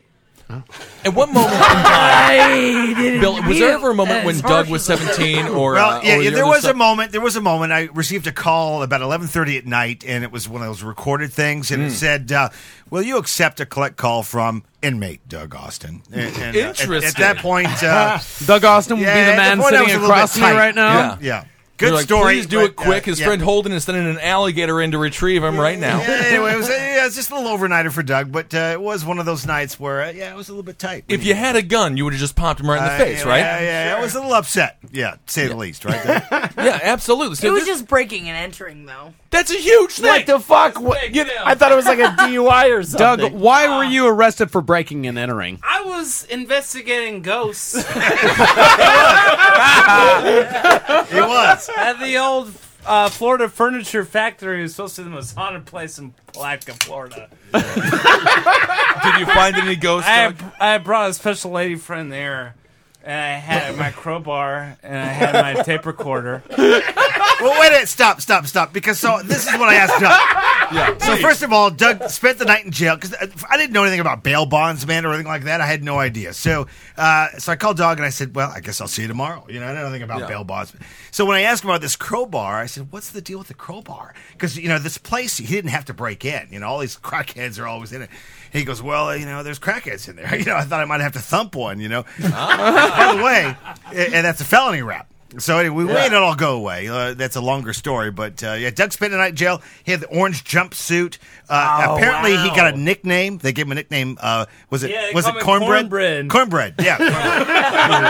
Speaker 6: At what moment
Speaker 9: [LAUGHS]
Speaker 6: in
Speaker 9: time,
Speaker 6: Bill, was there ever a moment when Doug was 17 or
Speaker 10: well,
Speaker 6: uh,
Speaker 10: yeah,
Speaker 6: or
Speaker 10: yeah,
Speaker 6: the
Speaker 10: there
Speaker 6: other
Speaker 10: was
Speaker 6: stuff?
Speaker 10: a moment. There was a moment. I received a call about 11:30 at night, and it was one of those recorded things, and it
Speaker 6: Mm.
Speaker 10: said, uh, "Will you accept a collect call from inmate Doug Austin?" And, and, uh, at- At,
Speaker 6: Interesting.
Speaker 10: that
Speaker 6: [LAUGHS]
Speaker 10: point, uh,
Speaker 7: Doug Austin would
Speaker 10: yeah,
Speaker 7: be
Speaker 10: at
Speaker 7: the
Speaker 10: that
Speaker 7: man
Speaker 10: point, I was
Speaker 7: sitting
Speaker 10: a little
Speaker 7: across
Speaker 10: bit
Speaker 7: me
Speaker 10: tight.
Speaker 7: right now.
Speaker 10: Yeah, yeah. Good
Speaker 6: You're like,
Speaker 10: story.
Speaker 6: Please do
Speaker 10: but,
Speaker 6: it quick.
Speaker 10: uh,
Speaker 6: His
Speaker 10: yeah.
Speaker 6: friend Holden is sending an alligator in to retrieve him right now.
Speaker 10: Yeah, anyway,
Speaker 6: [LAUGHS]
Speaker 10: it was, uh, yeah, it was just a little overnighter for Doug, but uh, it was one of those nights where, uh, yeah, it was a little bit tight.
Speaker 6: If you had a gun, you would have just popped him right in the
Speaker 10: Uh,
Speaker 6: face, right?
Speaker 10: Yeah, yeah, I was a little upset. Yeah, to say the least, right?
Speaker 6: yeah, absolutely.
Speaker 9: it
Speaker 6: So
Speaker 9: was
Speaker 6: this,
Speaker 9: just breaking and entering though.
Speaker 6: that's a huge thing.
Speaker 2: What the fuck? What- I thought it
Speaker 11: [LAUGHS]
Speaker 2: was like a DUI or something.
Speaker 7: Doug, why were you arrested for breaking and entering?
Speaker 11: I was investigating ghosts. [LAUGHS]
Speaker 10: He was.
Speaker 11: At the old uh, Florida Furniture Factory, it was supposed to be the most haunted place in Palatka, Florida.
Speaker 6: Did you find any ghosts?
Speaker 11: I, I brought a special lady friend there, and I had my crowbar, and I had my tape recorder.
Speaker 10: well, wait a minute. Stop, stop, stop. Because so this is what I asked Doug.
Speaker 6: [LAUGHS] Yeah,
Speaker 10: So
Speaker 6: please.
Speaker 10: first of all, Doug spent the night in jail because I didn't know anything about bail bonds, man, or anything like that. I had no idea. So, uh, so I called Doug and I said, "Well, I guess I'll see you tomorrow." You know, I don't know anything about
Speaker 19: Yeah.
Speaker 10: bail bonds. So when I asked him about this crowbar, I said, "What's the deal with the crowbar?" Because you know this place he didn't have to break in. You know, all these [LAUGHS] crackheads are always in it. He goes, "Well, you know, there's crackheads in there. [LAUGHS] You know, I thought I might have to thump one. You know,
Speaker 6: Ah.
Speaker 10: by the way, a- and that's a felony rap." So anyway, we
Speaker 19: Yeah.
Speaker 10: made it all go away. Uh, that's a longer story, but uh, yeah, Doug spent the night in jail. He had the orange jumpsuit. Uh,
Speaker 19: Oh,
Speaker 10: apparently, he
Speaker 19: wow.
Speaker 10: got a nickname. They gave him a nickname. Uh, was it
Speaker 19: Yeah, they
Speaker 10: was
Speaker 19: call
Speaker 10: it
Speaker 19: him
Speaker 10: cornbread? Cornbread. Yeah.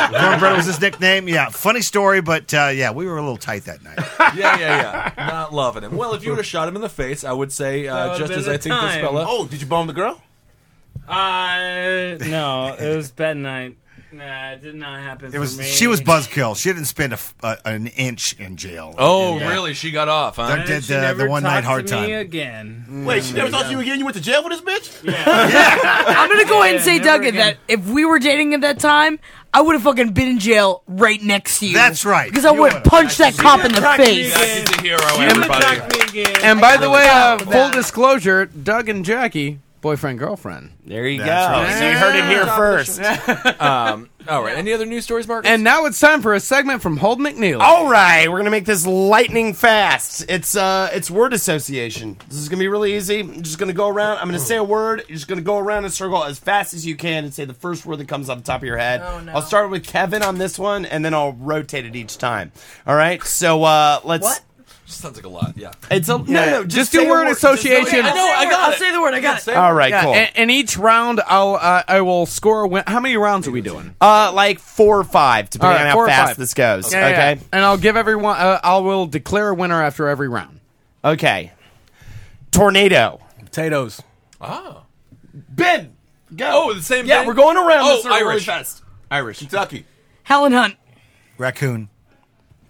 Speaker 19: [LAUGHS]
Speaker 10: cornbread was his nickname. Yeah. Funny story, but uh, yeah, we were a little tight
Speaker 20: [LAUGHS]
Speaker 10: that night.
Speaker 21: yeah, yeah, yeah. Not loving him. Well, if you would have shot him in the face, I would say
Speaker 20: That
Speaker 21: uh,
Speaker 20: would've
Speaker 21: just
Speaker 20: been
Speaker 21: as
Speaker 20: the
Speaker 21: I think this
Speaker 20: time.
Speaker 21: fella.
Speaker 20: Oh,
Speaker 21: did you bomb the girl?
Speaker 20: Uh, no, it was bed night. Nah, it did not happen.
Speaker 10: It was
Speaker 20: for me.
Speaker 10: she was buzzkill. She didn't spend a f uh an inch in jail.
Speaker 6: Oh,
Speaker 10: Yeah.
Speaker 6: really? She got off, huh?
Speaker 10: Doug did the, the one night hard time.
Speaker 20: again.
Speaker 4: Wait, she never talked to you again? You went to jail for this bitch?
Speaker 9: I'm gonna go ahead and say,
Speaker 4: Yeah,
Speaker 9: Doug,
Speaker 4: never
Speaker 9: that if we were dating at that time, I would have fucking been in jail right next to you. That's
Speaker 10: right.
Speaker 9: Because I would have punched that cop in the
Speaker 6: He's
Speaker 9: face.
Speaker 6: a hero,
Speaker 7: You
Speaker 6: everybody.
Speaker 7: And by the way, uh,
Speaker 9: with
Speaker 7: full disclosure: Doug and Jackie, boyfriend girlfriend.
Speaker 2: There you
Speaker 7: go. So you heard it here first.
Speaker 6: um, all right. Any other news stories, Mark?
Speaker 7: And now it's time for a segment from Hold
Speaker 10: Oh,
Speaker 7: McNeil.
Speaker 2: All right, we're gonna make this lightning fast. It's uh, it's word association. This is gonna be really easy. I'm just gonna go around. I'm gonna say a word. You're just gonna go around in a circle as fast as you can and say the first word that comes off the top of your head. I'll start with Kevin on this one, and then I'll rotate it each time. All right. So uh, let's.
Speaker 21: What? Sounds like a lot. Yeah.
Speaker 2: It's a no, no. Just,
Speaker 7: Just
Speaker 2: say
Speaker 7: do
Speaker 2: a
Speaker 7: word association.
Speaker 21: I know, I got
Speaker 9: I'll
Speaker 21: it.
Speaker 9: say the word. I got it.
Speaker 2: All right,
Speaker 7: Yeah,
Speaker 2: cool.
Speaker 7: And, and each round, I'll uh, I will score. a Win- how many rounds are we doing?
Speaker 2: Uh, like four or five, depending on how fast this goes.
Speaker 7: Yeah, yeah,
Speaker 2: okay.
Speaker 7: yeah. and I'll give everyone. Uh, I will declare a winner after every round.
Speaker 2: Okay. Tornado.
Speaker 5: Potatoes.
Speaker 6: Oh.
Speaker 2: Ben, go.
Speaker 6: Oh, the same
Speaker 2: Yeah,
Speaker 6: thing?
Speaker 2: we're going around.
Speaker 6: Oh,
Speaker 2: this circle really
Speaker 6: Irish.
Speaker 2: fast.
Speaker 4: Irish. Kentucky.
Speaker 9: Helen Hunt.
Speaker 10: Raccoon.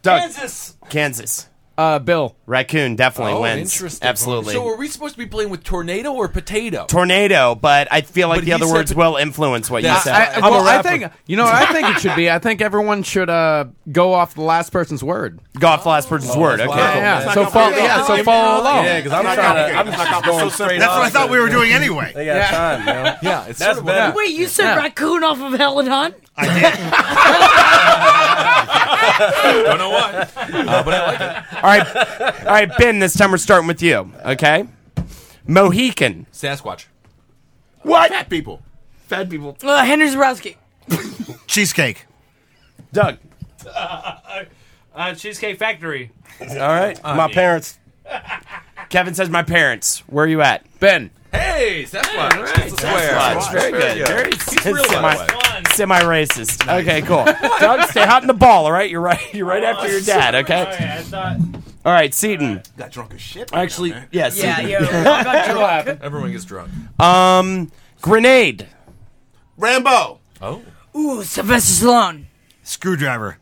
Speaker 2: Doug.
Speaker 6: Kansas.
Speaker 2: Kansas.
Speaker 7: Uh, Bill.
Speaker 2: Raccoon definitely
Speaker 6: Oh,
Speaker 2: wins.
Speaker 6: interesting.
Speaker 2: Absolutely.
Speaker 6: So, are we supposed to be playing with tornado or potato?
Speaker 2: Tornado, but I feel like
Speaker 6: But
Speaker 2: the
Speaker 6: he
Speaker 2: other
Speaker 6: said
Speaker 2: words
Speaker 6: pot-
Speaker 2: will influence what you
Speaker 6: That's-
Speaker 2: said.
Speaker 6: I-
Speaker 2: I'm a
Speaker 7: well, I
Speaker 2: rapper.
Speaker 7: think you know. what I think it should be. I think everyone should uh, go off the last person's word. Uh,
Speaker 2: Go off the last
Speaker 6: Oh,
Speaker 2: person's word. Okay.
Speaker 7: Yeah,
Speaker 2: cool.
Speaker 7: yeah. So follow. Yeah, so follow along.
Speaker 5: Yeah, because I'm trying to. I'm just going straight.
Speaker 10: That's what
Speaker 19: Oh,
Speaker 10: I thought we were doing anyway.
Speaker 19: [LAUGHS]
Speaker 5: They got time, man.
Speaker 6: Yeah,
Speaker 5: it's That's sort of what better. I-
Speaker 9: Wait, you said
Speaker 5: Yeah.
Speaker 9: raccoon off of Helen Hunt?
Speaker 6: Don't know what. Uh, but I like it.
Speaker 2: All right. All right, Ben, this time we're starting with you. Okay. Mohican.
Speaker 6: Sasquatch.
Speaker 2: What?
Speaker 4: Fat people.
Speaker 2: Fat people.
Speaker 9: Uh, Henry Zabrowski.
Speaker 10: Cheesecake.
Speaker 2: Doug.
Speaker 20: Uh, Cheesecake Factory.
Speaker 2: All right. my parents. Kevin says my parents. Where are you at? Ben.
Speaker 6: Hey, Sasquatch. That's a swear.
Speaker 2: Sasquatch. Very good. Very
Speaker 6: He's real, by the way.
Speaker 2: semi racist. Okay, [LAUGHS] cool. Doug, stay hot in the ball, all right? You're right. [LAUGHS] You're
Speaker 20: Oh,
Speaker 2: right after your dad, okay?
Speaker 20: I thought.
Speaker 2: All right, Seton.
Speaker 4: Got drunk as shit.
Speaker 2: Actually, yes.
Speaker 20: Yeah,
Speaker 2: Seton.
Speaker 20: yo, I got drunk.
Speaker 6: Everyone gets drunk.
Speaker 2: Um, grenade.
Speaker 4: Rambo.
Speaker 6: Oh.
Speaker 9: Ooh, Sylvester Stallone.
Speaker 10: Screwdriver.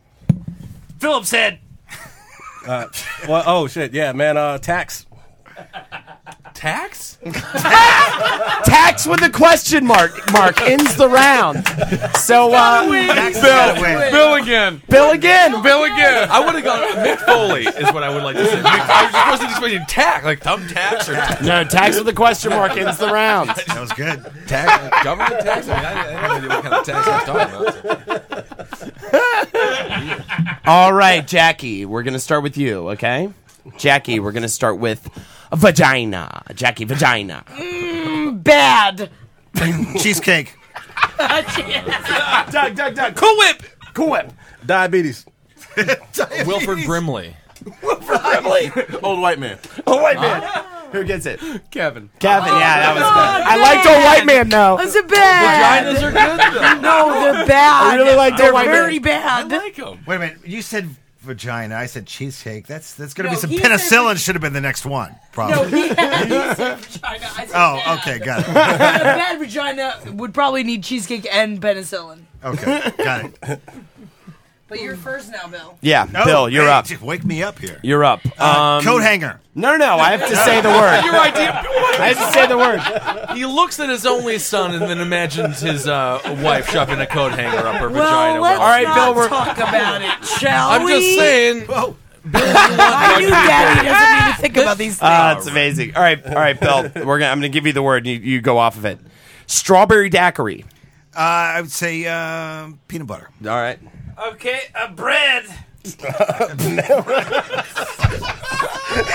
Speaker 20: Phillips head.
Speaker 5: Uh, well, oh shit, yeah, man. Uh, tax.
Speaker 6: Tax?
Speaker 2: Tax with a question mark. Mark ends the round. So, uh, Bill,
Speaker 7: Bill again.
Speaker 2: Bill again.
Speaker 7: Bill again.
Speaker 6: [LAUGHS] I would have gone Mick Foley is what I would like to say. [LAUGHS] Mick- I was just wasn't expecting tack, like thumbtacks or
Speaker 2: No, tax with a question mark ends the round.
Speaker 10: That
Speaker 2: [LAUGHS]
Speaker 10: was good.
Speaker 6: tax, government tax. I mean, I, I have no idea what kind of tax I'm talking about.
Speaker 2: All right, Jackie, we're going to start with you, okay? Jackie, we're going to start with vagina. Jackie, vagina.
Speaker 9: Mm, [LAUGHS] bad.
Speaker 10: Cheesecake.
Speaker 2: Doug, Doug, Doug. Cool whip. Cool whip.
Speaker 5: Diabetes.
Speaker 6: [LAUGHS] Wilford Brimley.
Speaker 4: Old white man.
Speaker 2: Oh, white man. Who gets it?
Speaker 7: Kevin.
Speaker 2: Kevin, yeah, that was
Speaker 9: God,
Speaker 2: good. I liked old white man, though.
Speaker 9: Those are bad.
Speaker 6: Vaginas are good
Speaker 9: [LAUGHS] No, they're bad.
Speaker 2: I really like
Speaker 9: They're
Speaker 2: the white man.
Speaker 9: very bad.
Speaker 6: though. like them.
Speaker 10: Wait a minute. You said vagina. I said cheesecake. That's that's going to
Speaker 9: No,
Speaker 10: be some
Speaker 9: he said
Speaker 10: penicillin. Should have been the next one.
Speaker 9: No,
Speaker 10: Probably.
Speaker 9: he, he said vagina. I said
Speaker 10: oh,
Speaker 9: bad.
Speaker 10: okay, got it.
Speaker 9: a [LAUGHS] bad vagina would probably need cheesecake and penicillin.
Speaker 10: Okay, got it.
Speaker 9: But you're first now, Bill.
Speaker 2: Yeah,
Speaker 10: No,
Speaker 2: Bill, you're
Speaker 10: hey,
Speaker 2: up.
Speaker 10: just Wake me up here.
Speaker 2: You're up.
Speaker 10: Uh,
Speaker 2: Um,
Speaker 10: coat hanger.
Speaker 2: No, no, no. I have to say the word.
Speaker 6: Your idea.
Speaker 2: I have to say the word.
Speaker 6: He looks at his only son and then imagines his uh, wife shoving a coat hanger up her
Speaker 9: Well,
Speaker 6: vagina.
Speaker 9: let's
Speaker 6: All right,
Speaker 9: not
Speaker 6: Bill. We're,
Speaker 9: talk about it, shall
Speaker 6: I'm
Speaker 9: we?
Speaker 6: just saying.
Speaker 9: I knew Daddy doesn't need to think about these things.
Speaker 2: Ah, it's amazing. All right, all right, Bill. We're gonna, I'm going to give you the word. You, you go off of it. Strawberry daiquiri.
Speaker 10: Uh, I would say uh, peanut butter.
Speaker 2: All right.
Speaker 11: Okay, a bread.
Speaker 6: [LAUGHS]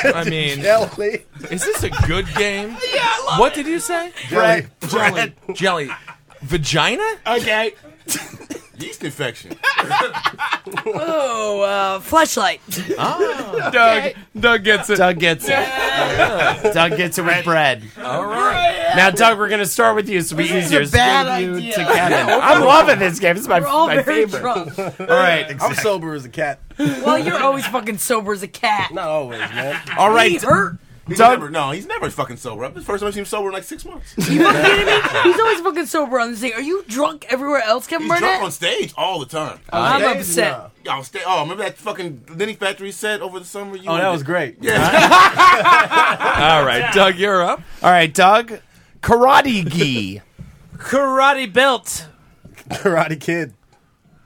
Speaker 6: I mean,
Speaker 11: Jelly.
Speaker 6: is this a good game? yeah,
Speaker 11: I love
Speaker 6: What
Speaker 11: it.
Speaker 6: did you say?
Speaker 11: Jelly.
Speaker 6: jelly, jelly, vagina.
Speaker 2: Okay.
Speaker 4: Yeast infection.
Speaker 9: Oh, uh, flashlight.
Speaker 6: Oh.
Speaker 2: Doug, Doug gets it. Doug gets it. Doug gets it with bread. All right. Now, Doug, we're going to start with you, so it'll be
Speaker 3: This is
Speaker 2: easier.
Speaker 3: a
Speaker 2: So we're gonna
Speaker 3: bad
Speaker 2: do
Speaker 3: idea.
Speaker 2: to Kevin.
Speaker 3: Yeah,
Speaker 2: I'm
Speaker 3: we're-
Speaker 2: loving this game. It's my,
Speaker 9: We're all
Speaker 2: my
Speaker 9: very
Speaker 2: favorite.
Speaker 9: drunk.
Speaker 2: All right.
Speaker 5: I'm sober as a cat.
Speaker 9: Well, you're always fucking sober as a cat.
Speaker 5: Not always, man.
Speaker 2: All right.
Speaker 9: He hurt.
Speaker 4: He's never, no, he's never fucking sober. This is the first time I've seen him sober in like six months. he's
Speaker 9: He's always fucking sober on this thing. Are you drunk everywhere else, Kevin
Speaker 4: drunk on
Speaker 9: Barnett?
Speaker 4: stage all the time.
Speaker 2: Oh.
Speaker 9: I'm Stage? upset.
Speaker 4: No. Y'all stay. Oh, remember that fucking Lenny Factory set over the summer? You
Speaker 5: Oh, that
Speaker 4: were-
Speaker 5: was great.
Speaker 6: All right, Doug, you're up.
Speaker 2: All right, Doug. Karate
Speaker 6: [LAUGHS]
Speaker 2: gi.
Speaker 11: Karate belt.
Speaker 5: Karate kid. [LAUGHS]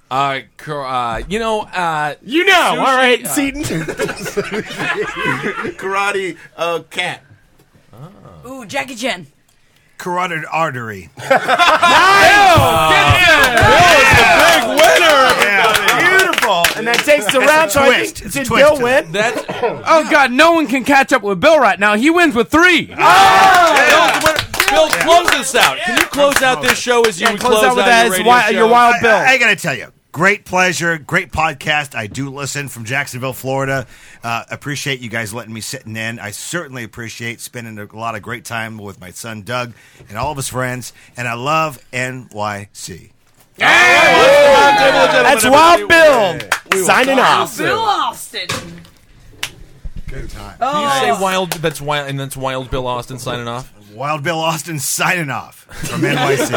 Speaker 6: Uh, cor- uh, you know, uh,
Speaker 2: you
Speaker 4: know, all right,
Speaker 2: Seaton.
Speaker 4: Karate uh, cat.
Speaker 9: Ooh, Jackie Chan.
Speaker 10: Carotid
Speaker 2: [LAUGHS]
Speaker 10: artery.
Speaker 2: That was the big winner. Beautiful. And that takes the
Speaker 7: It's a
Speaker 2: round. So I
Speaker 7: twist.
Speaker 2: think,
Speaker 7: It's a
Speaker 2: did
Speaker 7: twist.
Speaker 2: Bill
Speaker 6: Uh,
Speaker 2: win?
Speaker 7: Oh God, no one can catch up with Bill right now. He wins with three.
Speaker 6: Bill, close this out. Can you close out this show as you
Speaker 7: Oh,
Speaker 10: Yeah,
Speaker 6: would
Speaker 10: close
Speaker 6: close
Speaker 10: out
Speaker 6: out
Speaker 10: with
Speaker 6: your
Speaker 10: that as
Speaker 6: radio
Speaker 10: wi-
Speaker 6: show?
Speaker 10: your wild I- bill. I- I
Speaker 6: got
Speaker 10: gotta tell you. Great pleasure, great podcast. I do listen from Jacksonville, Florida. Uh, appreciate you guys letting me sitting in. I certainly appreciate spending a lot of great time with my son Doug and all of his friends. And I love NYC.
Speaker 2: That's Wild Bill signing off.
Speaker 9: Bill Austin.
Speaker 6: Can you
Speaker 9: Oh.
Speaker 6: say wild? That's wild, and that's Wild Bill Austin signing off.
Speaker 10: Wild Bill Austin signing off from NYC.